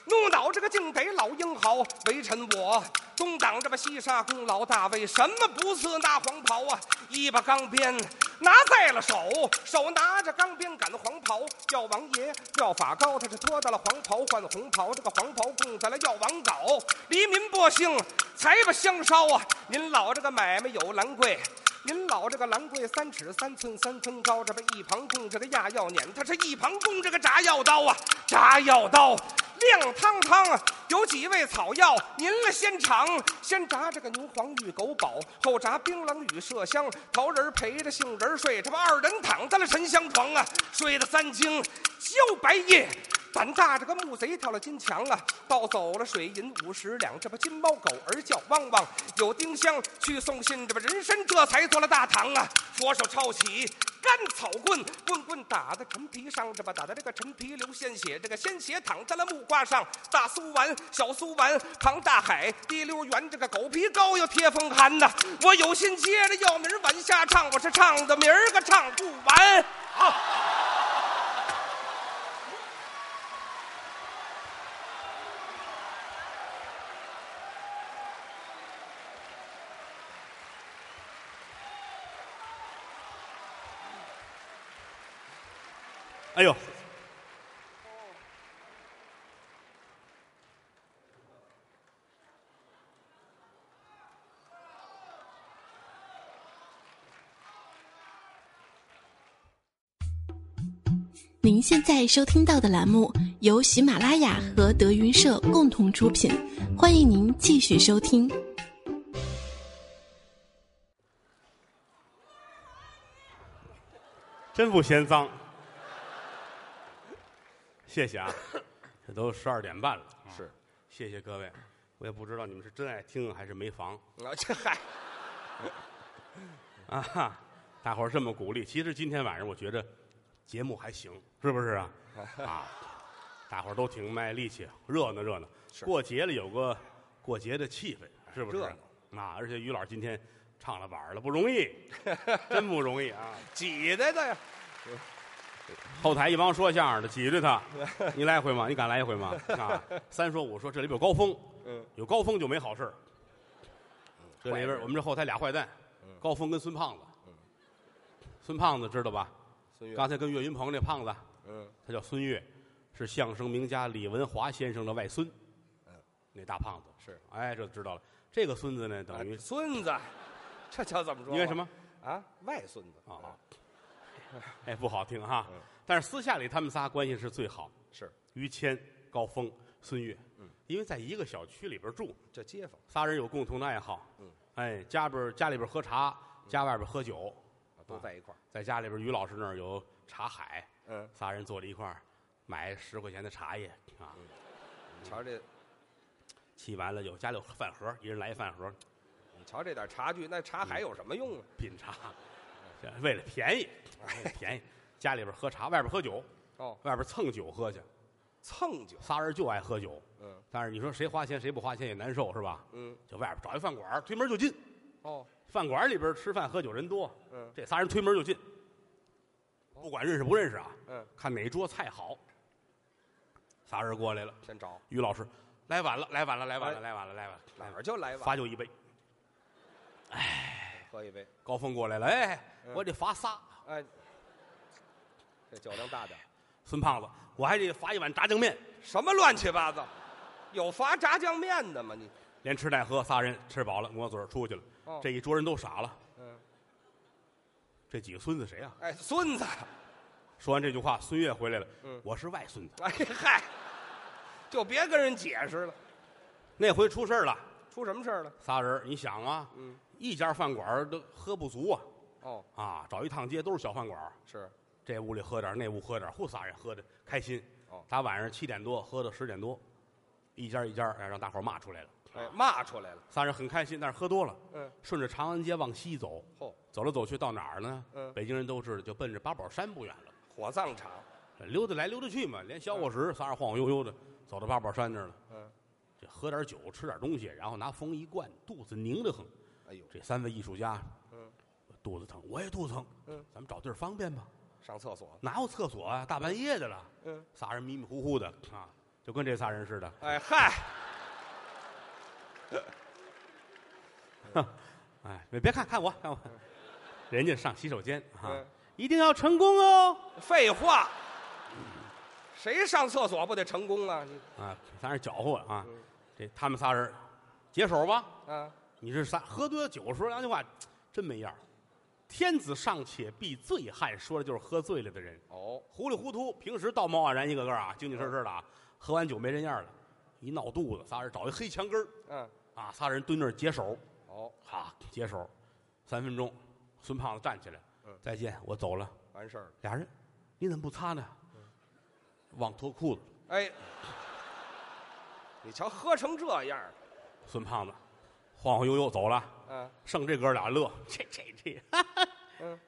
[SPEAKER 3] 怒恼这个靖北老英豪，微臣我东挡这么西沙功劳大卫，什么不刺那黄袍啊？一把钢鞭拿在了手，手拿着钢鞭赶黄袍，药王爷妙法高，他是脱掉了黄袍换红袍，这个黄袍供在了药王岛，黎民百姓才把香烧啊！您老这个买卖有兰贵。您老这个兰桂三尺三寸三分高，这么一旁供这个压药碾，他是一旁供这个炸药刀啊，炸药刀亮堂堂，有几味草药您了先尝，先炸这个牛黄与狗宝，后炸槟榔与麝香，桃仁儿陪着杏仁儿睡，这不二人躺在了沉香床啊，睡得三更就白夜。胆大这个木贼跳了金墙啊，盗走了水银五十两，这不金猫狗儿叫汪汪，有丁香去送信，这不人参这才做了大堂啊，佛手抄起。干草棍，棍棍打在陈皮上，这不打在这个陈皮流鲜血，这个鲜血淌在了木瓜上。大苏丸，小苏丸，庞大海，滴溜圆，这个狗皮膏药贴风寒呐。我有心接着药名儿往下唱，我是唱的明儿个唱不完。好。
[SPEAKER 2] 哎呦，
[SPEAKER 6] 您现在收听到的栏目由喜马拉雅和德云社共同出品，欢迎您继续收听。
[SPEAKER 2] 真不嫌脏，谢谢啊！这都十二点半了，啊
[SPEAKER 3] 是
[SPEAKER 2] 谢谢各位。我也不知道你们是真爱听还是没房
[SPEAKER 3] 啊，这嗨，
[SPEAKER 2] 啊！哈，大伙儿这么鼓励，其实今天晚上我觉着节目还行，是不是啊？啊，大伙儿都挺卖力气，热闹热闹。过节了有个过节的气氛，是不是？
[SPEAKER 3] 热
[SPEAKER 2] 啊！而且于老师今天唱了晚儿了，不容易，真不容易啊！
[SPEAKER 3] 挤的的呀，
[SPEAKER 2] 后台一帮说相声的挤兑 他，你来一回吗？你敢来一回吗？啊，三说五说，这里边有高峰，
[SPEAKER 3] 嗯，
[SPEAKER 2] 有高峰就没好事儿。这里
[SPEAKER 3] 坏嗯
[SPEAKER 2] 边
[SPEAKER 3] 人
[SPEAKER 2] 我们这后台俩坏蛋，高峰跟孙胖子，孙胖子知道吧？
[SPEAKER 3] 嗯孙
[SPEAKER 2] 刚才跟岳云鹏那胖子，
[SPEAKER 3] 嗯，
[SPEAKER 2] 他叫孙越，是相声名家李文华先生的外孙，那大胖子
[SPEAKER 3] 嗯是，
[SPEAKER 2] 哎，这知道了。这个孙子呢，等于
[SPEAKER 3] 啊孙子， 这叫怎么说？
[SPEAKER 2] 因为什么？
[SPEAKER 3] 啊？外孙子
[SPEAKER 2] 啊，哎，不好听哈。
[SPEAKER 3] 嗯
[SPEAKER 2] 但是私下里他们仨关系是最好，
[SPEAKER 3] 是
[SPEAKER 2] 于谦、高峰、孙越，因为在一个小区里边住，
[SPEAKER 3] 这街坊
[SPEAKER 2] 仨人有共同的爱好，哎，家边家里边喝茶，家外边喝酒，
[SPEAKER 3] 啊都在一块儿，
[SPEAKER 2] 在家里边于老师那儿有茶海，
[SPEAKER 3] 嗯，
[SPEAKER 2] 仨人坐在一块儿，买十块钱的茶叶啊，
[SPEAKER 3] 你瞧这，
[SPEAKER 2] 沏完了有家里有饭盒，一人来一饭盒
[SPEAKER 3] 你瞧这点茶具，那茶还有什么用啊？
[SPEAKER 2] 品茶， 为了便宜，为了便宜，家里边喝茶，外边喝酒，
[SPEAKER 3] 哦，
[SPEAKER 2] 外边蹭酒喝去，
[SPEAKER 3] 蹭酒，
[SPEAKER 2] 仨人就爱喝酒，
[SPEAKER 3] 嗯
[SPEAKER 2] 但是你说谁花钱谁不花钱也难受是吧？
[SPEAKER 3] 嗯，
[SPEAKER 2] 就外边找一饭馆儿，推门就进。
[SPEAKER 3] 哦，
[SPEAKER 2] 饭馆里边吃饭喝酒人多，
[SPEAKER 3] 嗯
[SPEAKER 2] 这仨人推门就进，不管认识不认识啊，
[SPEAKER 3] 嗯，
[SPEAKER 2] 看哪桌菜好。仨人过来了，
[SPEAKER 3] 先找
[SPEAKER 2] 于老师来晚了，来晚了，来
[SPEAKER 3] 哎
[SPEAKER 2] 晚了，来晚了，来晚了，
[SPEAKER 3] 哪儿就来碗，
[SPEAKER 2] 罚酒一杯。
[SPEAKER 3] 喝一杯，
[SPEAKER 2] 高峰过来了，哎，
[SPEAKER 3] 嗯
[SPEAKER 2] 我得罚仨。
[SPEAKER 3] 哎，这酒量大点儿，
[SPEAKER 2] 孙胖子，我还得罚一碗炸酱面，
[SPEAKER 3] 什么乱七八糟，有罚炸酱面的吗？你，
[SPEAKER 2] 连吃带喝，仨人吃饱了，抹嘴儿出去了
[SPEAKER 3] 哦。
[SPEAKER 2] 这一桌人都傻了，
[SPEAKER 3] 嗯，
[SPEAKER 2] 这几个孙子谁啊？
[SPEAKER 3] 哎，孙子，
[SPEAKER 2] 说完这句话，孙越回来了
[SPEAKER 3] 嗯，
[SPEAKER 2] 我是外孙子。
[SPEAKER 3] 哎嗨，就别跟人解释了，
[SPEAKER 2] 那回出事儿了，
[SPEAKER 3] 出什么事儿了？
[SPEAKER 2] 仨人，你想啊，
[SPEAKER 3] 嗯，
[SPEAKER 2] 一家饭馆儿都喝不足啊，
[SPEAKER 3] 哦，
[SPEAKER 2] 啊，找一趟街都是小饭馆儿，
[SPEAKER 3] 是，
[SPEAKER 2] 这屋里喝点儿，那屋喝点儿，呼仨人喝的开心。
[SPEAKER 3] 哦
[SPEAKER 2] 打晚上七点多喝到十点多，一家一家哎让大伙儿骂出来了。
[SPEAKER 3] 哎，骂出来了，
[SPEAKER 2] 仨人很开心，但是喝多了，
[SPEAKER 3] 嗯，
[SPEAKER 2] 顺着长安街往西走，
[SPEAKER 3] 嚯，
[SPEAKER 2] 走来走去到哪儿呢？
[SPEAKER 3] 嗯
[SPEAKER 2] 北京人都知道，就奔着八宝山不远了，
[SPEAKER 3] 火葬场，
[SPEAKER 2] 溜达来溜达去嘛，连小伙食仨人晃晃悠悠的走到八宝山那儿了。
[SPEAKER 3] 嗯，
[SPEAKER 2] 这喝点酒，吃点东西，然后拿风一灌，肚子拧得很。
[SPEAKER 3] 哎呦，
[SPEAKER 2] 这三位艺术家，肚子疼，我也肚子疼，
[SPEAKER 3] 嗯，
[SPEAKER 2] 咱们找地儿方便吧？
[SPEAKER 3] 上厕所，
[SPEAKER 2] 哪有厕所啊？大半夜的了，
[SPEAKER 3] 嗯，
[SPEAKER 2] 仨人迷迷糊糊的啊，就跟这仨人似的。
[SPEAKER 3] 哎嗨，
[SPEAKER 2] 哎，别别看看我，看我， 人家上洗手间啊
[SPEAKER 3] 嗯，
[SPEAKER 2] 一定要成功哦！
[SPEAKER 3] 废话，谁上厕所不得成功啊？你
[SPEAKER 2] 啊，仨人搅和啊
[SPEAKER 3] 嗯，
[SPEAKER 2] 这他们仨人解手吧。
[SPEAKER 3] 啊，
[SPEAKER 2] 你这仨喝多了酒说良心话，真没样儿天子尚且避醉汉，说的就是喝醉了的人。
[SPEAKER 3] 哦，
[SPEAKER 2] 糊里糊涂，平时道貌岸然一个个啊，精精神神的啊，喝完酒没人样了，一闹肚子，仨人找一黑墙根儿
[SPEAKER 3] 嗯，
[SPEAKER 2] 啊，仨人蹲那儿解手，
[SPEAKER 3] 哦，
[SPEAKER 2] 哈，解手，三分钟，孙胖子站起来
[SPEAKER 3] 嗯，
[SPEAKER 2] 再见，我走了。
[SPEAKER 3] 完事儿了。
[SPEAKER 2] 俩人，你怎么不擦呢？忘脱裤子了，
[SPEAKER 3] 哎，你瞧喝成这样儿，
[SPEAKER 2] 孙胖子晃晃悠悠走了，
[SPEAKER 3] 啊，
[SPEAKER 2] 剩这哥俩乐，这这这，哈哈
[SPEAKER 3] 嗯，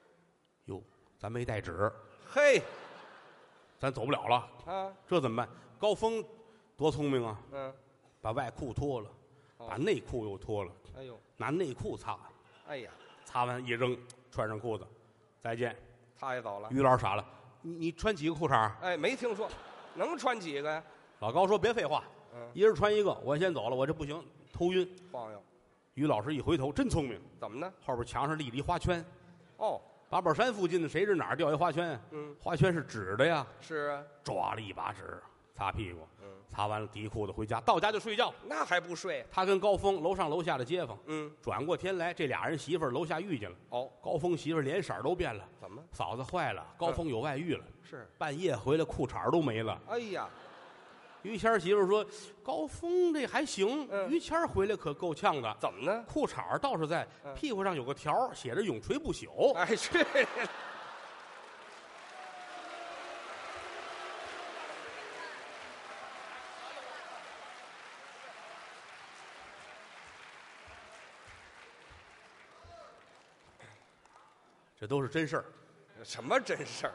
[SPEAKER 2] 哟，咱没带纸，
[SPEAKER 3] 嘿，
[SPEAKER 2] 咱走不了了，
[SPEAKER 3] 啊，
[SPEAKER 2] 这怎么办？高峰多聪明啊，
[SPEAKER 3] 嗯，
[SPEAKER 2] 把外裤脱了，把
[SPEAKER 3] 哦
[SPEAKER 2] 内裤又脱了。
[SPEAKER 3] 哎呦，
[SPEAKER 2] 拿内裤擦，
[SPEAKER 3] 哎呀，
[SPEAKER 2] 擦完一扔，穿上裤子，再见。
[SPEAKER 3] 他也走了，
[SPEAKER 2] 于老师傻了，你你穿几个裤衩儿？
[SPEAKER 3] 哎，没听说，能穿几个呀？
[SPEAKER 2] 老高说别废话，
[SPEAKER 3] 嗯，
[SPEAKER 2] 一人穿一个，我先走了，我这不行，头晕。
[SPEAKER 3] 晃悠，
[SPEAKER 2] 于老师一回头，真聪明，
[SPEAKER 3] 怎么呢？
[SPEAKER 2] 后边墙上立了一花圈，
[SPEAKER 3] 哦，
[SPEAKER 2] 八宝山附近的谁知哪儿掉一花圈？啊
[SPEAKER 3] 嗯，
[SPEAKER 2] 花圈是纸的呀，
[SPEAKER 3] 是啊，
[SPEAKER 2] 抓了一把纸擦屁股，
[SPEAKER 3] 嗯，
[SPEAKER 2] 擦完了提裤子回家，到家就睡觉。
[SPEAKER 3] 那还不睡？啊
[SPEAKER 2] 他跟高峰楼上楼下的街坊，
[SPEAKER 3] 嗯，
[SPEAKER 2] 转过天来，这俩人媳妇儿楼下遇见了，
[SPEAKER 3] 哦，
[SPEAKER 2] 高峰媳妇儿脸色儿都变了，
[SPEAKER 3] 怎么
[SPEAKER 2] 嫂子坏了，高峰有外遇了。
[SPEAKER 3] 是？
[SPEAKER 2] 半夜回来裤衩儿都没了。
[SPEAKER 3] 哎呀，
[SPEAKER 2] 于谦儿媳妇说：“高峰这还行，
[SPEAKER 3] 嗯
[SPEAKER 2] 于谦儿回来可够呛的，
[SPEAKER 3] 怎么呢？
[SPEAKER 2] 裤衩儿倒是在，
[SPEAKER 3] 嗯
[SPEAKER 2] 屁股上有个条儿写着‘永垂不朽
[SPEAKER 3] 哎，去，’。
[SPEAKER 2] 这都是真事儿。
[SPEAKER 3] 什么真事儿？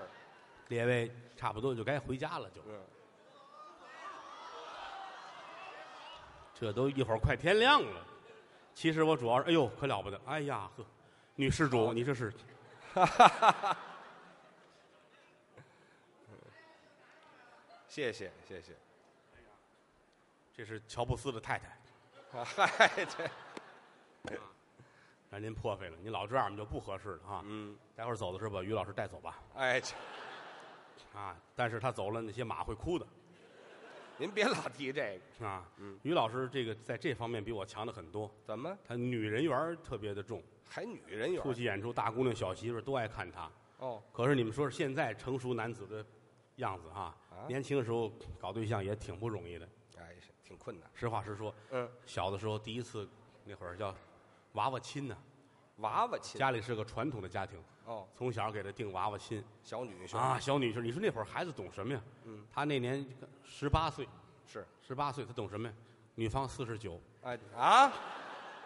[SPEAKER 2] 列位差不多就该回家了，就
[SPEAKER 3] 嗯，
[SPEAKER 2] 这都一会儿快天亮了。其实我主要是，哎呦，可了不得！哎呀呵，女施主，你这是
[SPEAKER 3] 谢谢，谢谢。
[SPEAKER 2] 这是乔布斯的太太，
[SPEAKER 3] 啊嗨，这，
[SPEAKER 2] 让您破费了。您老这样，我们就不合适了啊。
[SPEAKER 3] 嗯，
[SPEAKER 2] 待会儿走的时候把于老师带走吧。
[SPEAKER 3] 哎，这
[SPEAKER 2] 啊，但是他走了，那些马会哭的。”
[SPEAKER 3] 您别老提这个，
[SPEAKER 2] 啊，
[SPEAKER 3] 嗯
[SPEAKER 2] 于老师这个在这方面比我强的很多，
[SPEAKER 3] 怎么
[SPEAKER 2] 他女人缘儿特别的重，
[SPEAKER 3] 还女人缘儿？
[SPEAKER 2] 出去演出，大姑娘小媳妇儿都爱看他。
[SPEAKER 3] 哦，
[SPEAKER 2] 可是你们说是现在成熟男子的样子哈、
[SPEAKER 3] 啊
[SPEAKER 2] 年轻的时候搞对象也挺不容易的。
[SPEAKER 3] 哎，挺困难。
[SPEAKER 2] 实话实说，
[SPEAKER 3] 嗯，
[SPEAKER 2] 小的时候第一次那会儿叫娃娃亲呢、
[SPEAKER 3] 娃娃亲
[SPEAKER 2] 家里是个传统的家庭，
[SPEAKER 3] 哦，
[SPEAKER 2] 从小给他定娃娃亲
[SPEAKER 3] 小女婿
[SPEAKER 2] 啊，小女婿，你说那会儿孩子懂什么呀？
[SPEAKER 3] 嗯，
[SPEAKER 2] 他那年十八岁，
[SPEAKER 3] 是
[SPEAKER 2] 十八岁他懂什么呀？女方四十九，
[SPEAKER 3] 哎啊，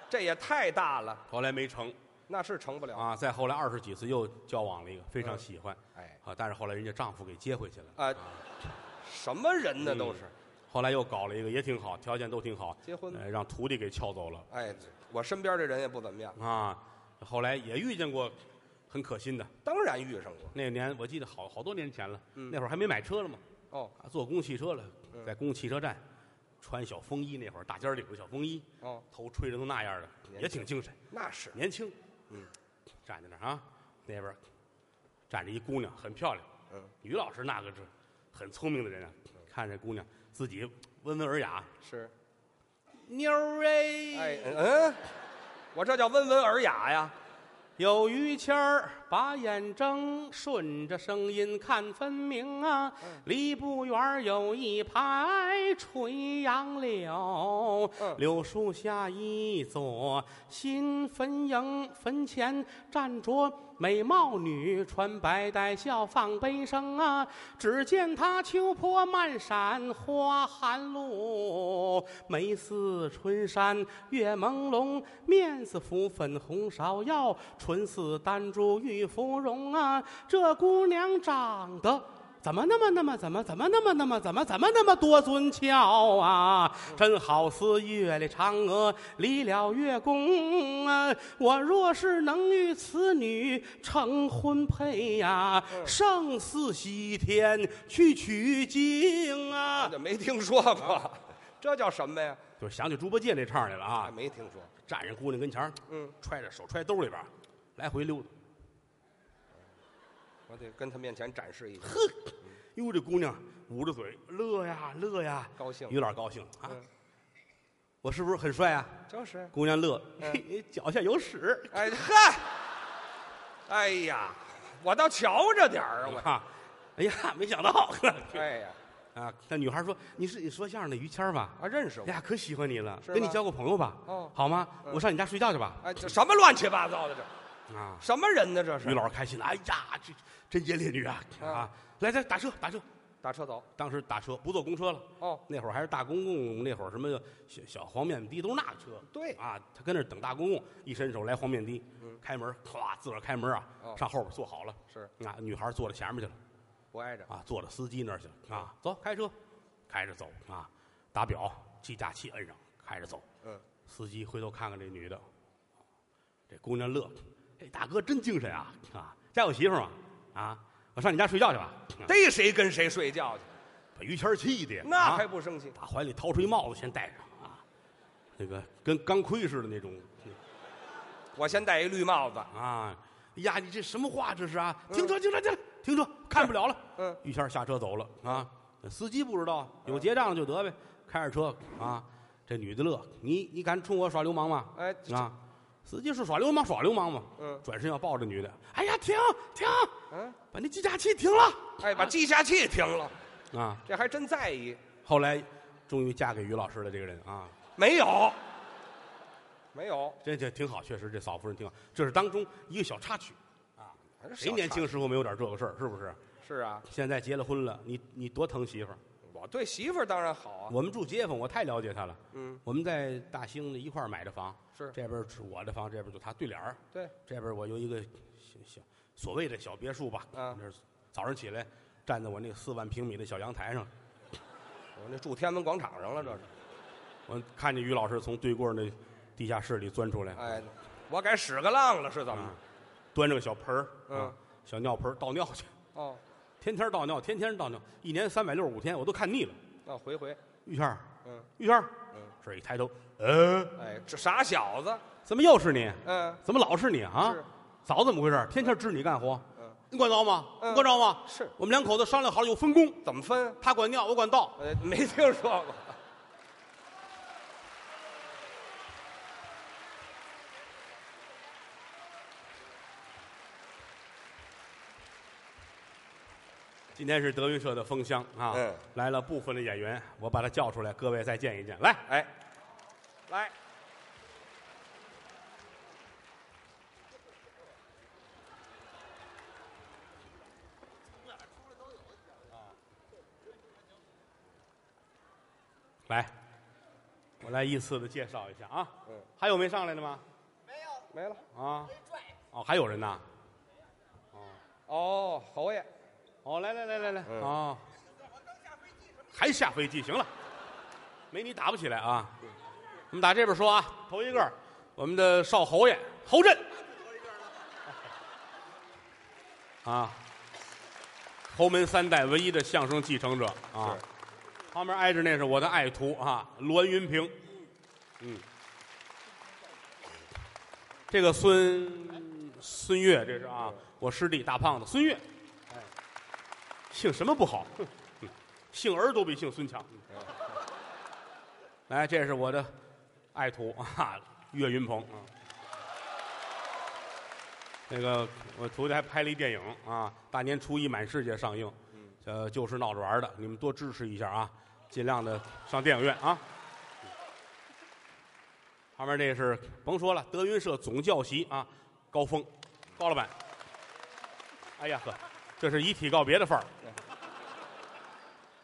[SPEAKER 3] 这也太大了，
[SPEAKER 2] 后来没成。
[SPEAKER 3] 那是成不了。
[SPEAKER 2] 啊，再后来二十几次又交往了一个，非常喜欢
[SPEAKER 3] 哎
[SPEAKER 2] 啊，但是后来人家丈夫给接回去了，
[SPEAKER 3] 啊，什么人呢？都是
[SPEAKER 2] 后来又搞了一个也挺好，条件都挺好，
[SPEAKER 3] 结婚了
[SPEAKER 2] 呃让徒弟给撬走了
[SPEAKER 3] 哎，我身边这人也不怎么样，
[SPEAKER 2] 啊。后来也遇见过很可心的，
[SPEAKER 3] 当然遇上过。
[SPEAKER 2] 那年我记得好好多年前了，
[SPEAKER 3] 嗯
[SPEAKER 2] 那会儿还没买车了嘛，
[SPEAKER 3] 哦
[SPEAKER 2] 啊坐公汽车了，
[SPEAKER 3] 嗯
[SPEAKER 2] 在公共汽车站穿小风衣，那会儿大尖儿领的小风衣，
[SPEAKER 3] 哦，
[SPEAKER 2] 头吹成那样的，
[SPEAKER 3] 年
[SPEAKER 2] 也挺精神，
[SPEAKER 3] 那是
[SPEAKER 2] 年轻，
[SPEAKER 3] 嗯，
[SPEAKER 2] 站在那儿啊，那边儿站着一姑娘，很漂亮，
[SPEAKER 3] 嗯，
[SPEAKER 2] 于老师那个是很聪明的人啊，看这姑娘自己温文尔雅，
[SPEAKER 3] 是。
[SPEAKER 2] 妞儿哎，
[SPEAKER 3] 哎嗯嗯，我这叫温文尔雅呀。
[SPEAKER 2] 有于谦儿把眼睁，顺着声音看分明啊，离不远儿有一排垂杨柳，
[SPEAKER 3] 嗯
[SPEAKER 2] 柳树下一座新坟营，坟前站着美貌女，穿白带笑放悲声啊。只见她秋波漫闪花含露，眉似春山月朦胧，面似浮粉红芍药，唇似丹珠玉芙蓉啊。这姑娘长得。怎么那么那么怎么怎么那么那么怎么怎么那么多尊俏啊？真好似月里嫦娥离了月宫啊！我若是能与此女成婚配呀、上似西天去取经啊！
[SPEAKER 3] 这没听说过，这叫什么呀？
[SPEAKER 2] 就是想起猪八戒那唱来了啊！
[SPEAKER 3] 没听说。
[SPEAKER 2] 站人姑娘跟前儿，
[SPEAKER 3] 嗯，
[SPEAKER 2] 揣着手揣兜里边儿，来回溜达。
[SPEAKER 3] 我得跟他面前展示一下。
[SPEAKER 2] 哟，这姑娘捂着嘴乐呀乐呀，
[SPEAKER 3] 高兴
[SPEAKER 2] 于老师高兴啊
[SPEAKER 3] 嗯！
[SPEAKER 2] 我是不是很帅啊？
[SPEAKER 3] 就是，
[SPEAKER 2] 姑娘乐，
[SPEAKER 3] 嗯
[SPEAKER 2] 嘿脚下有屎
[SPEAKER 3] 哎嗨，哎呀，我倒瞧着点儿啊，我
[SPEAKER 2] 啊！哎呀，没想到
[SPEAKER 3] 哎呀，
[SPEAKER 2] 啊！那女孩说：“你是你说相声的于谦儿吧？
[SPEAKER 3] 啊认识
[SPEAKER 2] 哎
[SPEAKER 3] 我，
[SPEAKER 2] 呀，可喜欢你了，
[SPEAKER 3] 是
[SPEAKER 2] 跟你
[SPEAKER 3] 吗
[SPEAKER 2] 交个朋友吧，
[SPEAKER 3] 哦
[SPEAKER 2] 好吗？
[SPEAKER 3] 嗯
[SPEAKER 2] 我上你家睡觉去吧。
[SPEAKER 3] 哎，这什么乱七八糟的这？”
[SPEAKER 2] 啊！
[SPEAKER 3] 什么人呢？这是
[SPEAKER 2] 于老师开心了，哎呀，这真言烈女啊！啊
[SPEAKER 3] 啊，
[SPEAKER 2] 来来，打车打车！
[SPEAKER 3] 打车走
[SPEAKER 2] 当时打车不坐公车了。
[SPEAKER 3] 哦，
[SPEAKER 2] 那会儿还是大公共，那会儿什么小小黄面的都是那个车。
[SPEAKER 3] 对嗯
[SPEAKER 2] 啊，他跟那儿等大公共，一伸手来黄面的，开门，哗，自个儿开门啊，
[SPEAKER 3] 哦
[SPEAKER 2] 上后边坐好了。
[SPEAKER 3] 是
[SPEAKER 2] 啊，女孩坐到前面去了
[SPEAKER 3] 不挨着，
[SPEAKER 2] 啊，坐到司机那儿去了啊，走，开车，开着走啊，打表，计价器摁上，开着走。
[SPEAKER 3] 嗯，
[SPEAKER 2] 司机回头看看这女的，这姑娘乐，这大哥真精神啊啊，家有媳妇吗？啊，我上你家睡觉去吧。啊
[SPEAKER 3] 逮谁跟谁睡觉去，
[SPEAKER 2] 把于谦儿气的，
[SPEAKER 3] 那
[SPEAKER 2] 啊
[SPEAKER 3] 还不生气？
[SPEAKER 2] 打怀里掏出一帽子先戴上啊，那个跟钢盔似的那种
[SPEAKER 3] 我先戴一绿帽子，
[SPEAKER 2] 啊。哎呀，你这什么话这是啊？停车，停车，停车，停车，看不了了。
[SPEAKER 3] 嗯，
[SPEAKER 2] 于谦儿下车走了啊。司机不知道，有结账就得呗。开着车啊，这女的乐，你你敢冲我耍流氓吗？
[SPEAKER 3] 哎
[SPEAKER 2] 啊，司机说耍流氓耍流氓嘛。
[SPEAKER 3] 嗯
[SPEAKER 2] 转身要抱着女的，哎呀，停停，
[SPEAKER 3] 嗯，
[SPEAKER 2] 把那计价器停了
[SPEAKER 3] 哎，把计价器停了，
[SPEAKER 2] 啊。
[SPEAKER 3] 这还真在意。
[SPEAKER 2] 后来，终于嫁给于老师了这个人啊。
[SPEAKER 3] 没有，没有，
[SPEAKER 2] 这这挺好，确实这嫂夫人挺好。这是当中一个小插曲，
[SPEAKER 3] 还是小
[SPEAKER 2] 谁年轻
[SPEAKER 3] 岔
[SPEAKER 2] 时候没有点这个事儿？是不是？
[SPEAKER 3] 是啊？
[SPEAKER 2] 现在结了婚了，你你多疼媳妇儿。
[SPEAKER 3] 我对媳妇儿当然好啊，
[SPEAKER 2] 我们住街坊，我太了解她了。
[SPEAKER 3] 嗯，
[SPEAKER 2] 我们在大兴的一块儿买的房，
[SPEAKER 3] 是
[SPEAKER 2] 这边是我的房，这边就她对脸儿。
[SPEAKER 3] 对，
[SPEAKER 2] 这边我有一个小小所谓的小别墅吧。
[SPEAKER 3] 啊
[SPEAKER 2] 这是早上起来站在我那四万平米的小阳台上，
[SPEAKER 3] 我那住天安门广场上了，这是。
[SPEAKER 2] 我看见于老师从对过那地下室里钻出来，
[SPEAKER 3] 哎，我改使个浪了，是怎么
[SPEAKER 2] 啊
[SPEAKER 3] 着？
[SPEAKER 2] 端着个小盆儿，
[SPEAKER 3] 嗯
[SPEAKER 2] 啊，小尿盆儿倒尿去。
[SPEAKER 3] 哦，
[SPEAKER 2] 天天倒尿，天天倒尿，一年三百六十五天，我都看腻了。
[SPEAKER 3] 那回回，
[SPEAKER 2] 玉谦儿，
[SPEAKER 3] 嗯
[SPEAKER 2] 玉谦儿，
[SPEAKER 3] 嗯，
[SPEAKER 2] 这一抬头，呃，
[SPEAKER 3] 哎，这傻小子，
[SPEAKER 2] 怎么又是你？
[SPEAKER 3] 嗯，
[SPEAKER 2] 怎么老是你啊
[SPEAKER 3] 是？
[SPEAKER 2] 早怎么回事？天天支你干活，
[SPEAKER 3] 嗯，
[SPEAKER 2] 你管着吗？
[SPEAKER 3] 嗯
[SPEAKER 2] 你管着吗？
[SPEAKER 3] 是
[SPEAKER 2] 我们两口子商量好了有分工，
[SPEAKER 3] 怎么分？
[SPEAKER 2] 他管尿，我管倒。
[SPEAKER 3] 呃，没听说过。
[SPEAKER 2] 今天是德云社的封箱啊
[SPEAKER 3] 嗯，
[SPEAKER 2] 来了部分的演员，我把他叫出来，各位再见一见。来，
[SPEAKER 3] 哎，来，
[SPEAKER 2] 来，我来依次的介绍一下啊。
[SPEAKER 3] 嗯
[SPEAKER 2] 还有没上来的吗？
[SPEAKER 3] 没了。
[SPEAKER 2] 啊，哦，还有人呐。
[SPEAKER 3] 哦，侯爷，
[SPEAKER 2] 哦，来来来来来，
[SPEAKER 3] 嗯
[SPEAKER 2] 哦，还下飞机，行了，没你打不起来啊。我们打这边说啊，头一个，我们的少侯爷侯震，啊，侯门三代唯一的相声继承者啊，旁边挨着那是我的爱徒啊，栾云平，嗯，这个孙孙越，这是啊，我师弟大胖子孙越，姓什么不好？哼嗯姓儿都比姓孙强。嗯来，这是我的爱徒啊，岳云鹏啊。那个，我徒弟还拍了一电影啊，大年初一满世界上映，呃，就是闹着玩儿的，你们多支持一下啊，尽量的上电影院啊。旁边这是甭说了，德云社总教习啊，高峰，高老板。哎呀呵，这是遗体告别的范儿。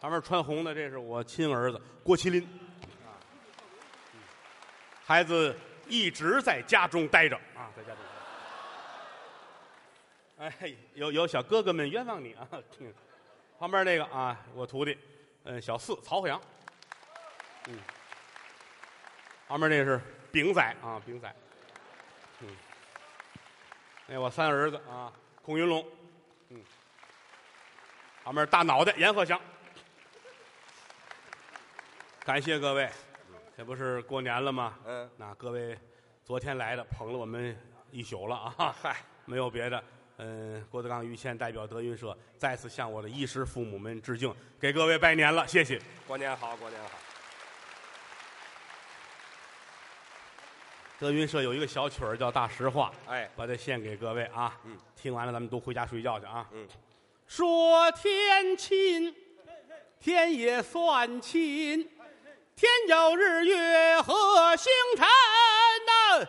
[SPEAKER 2] 旁边穿红的，这是我亲儿子郭麒麟，嗯孩子一直在家中待着啊，在家中待着。哎，有有小哥哥们冤枉你啊！旁边那个啊，我徒弟，嗯，小四曹鹤阳，嗯，旁边这是丙仔啊，丙仔，嗯，哎，我三儿子啊，孔云龙，嗯，旁边大脑袋阎鹤祥，感谢各位，嗯这不是过年了吗？
[SPEAKER 3] 嗯
[SPEAKER 2] 那各位昨天来的捧了我们一宿了啊，
[SPEAKER 3] 嗨，
[SPEAKER 2] 没有别的，嗯，郭德纲、于谦代表德云社再次向我的衣食父母们致敬，给各位拜年了，谢谢。
[SPEAKER 3] 过年好，过年好。
[SPEAKER 2] 德云社有一个小曲儿叫《大实话》，
[SPEAKER 3] 哎
[SPEAKER 2] 把它献给各位啊。嗯，听完了咱们都回家睡觉去啊。
[SPEAKER 3] 嗯，
[SPEAKER 2] 说天亲，天也算亲，天有日月和星辰呐、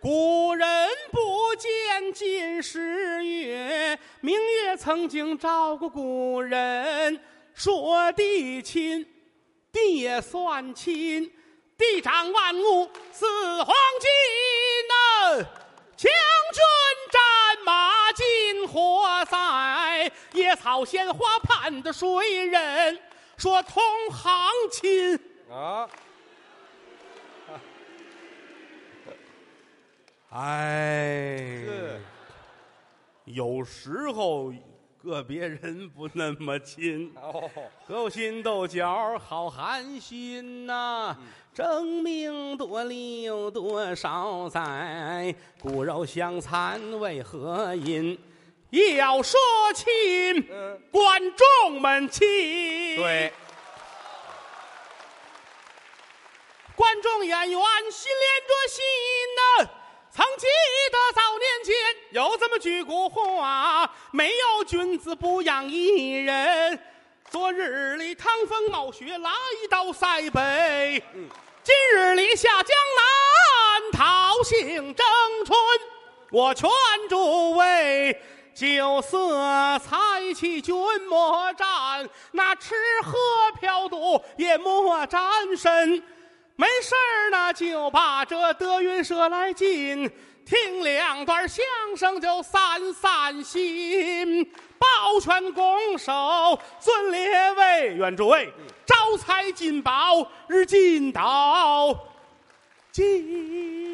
[SPEAKER 2] 古人不见近时月，明月曾经照过古人。说地亲，地也算亲，地长万物似黄金呐、强军战马金火塞，野草鲜花盼的谁人？说同行 亲，
[SPEAKER 3] 啊，
[SPEAKER 2] 哎
[SPEAKER 3] 是，
[SPEAKER 2] 有时候个别人不那么亲。
[SPEAKER 3] 哦，
[SPEAKER 2] 勾心斗角好寒心呐、
[SPEAKER 3] 嗯
[SPEAKER 2] 争名夺利有多少载？骨肉相残为何因？要说亲，
[SPEAKER 3] 嗯
[SPEAKER 2] 观众们亲，
[SPEAKER 3] 对，
[SPEAKER 2] 观众演员心连着心呐、曾记得早年间有这么句古话：啊没有君子不养艺人。昨日里趟风冒雪来到塞北，今日里下江南讨杏争春。我劝诸位，酒色财气均莫沾，那吃喝嫖赌也莫沾身。没事儿呢，就把这德云社来进，听两段相声就散散心。抱拳拱手，尊列位，愿诸位招财进宝，日进到进。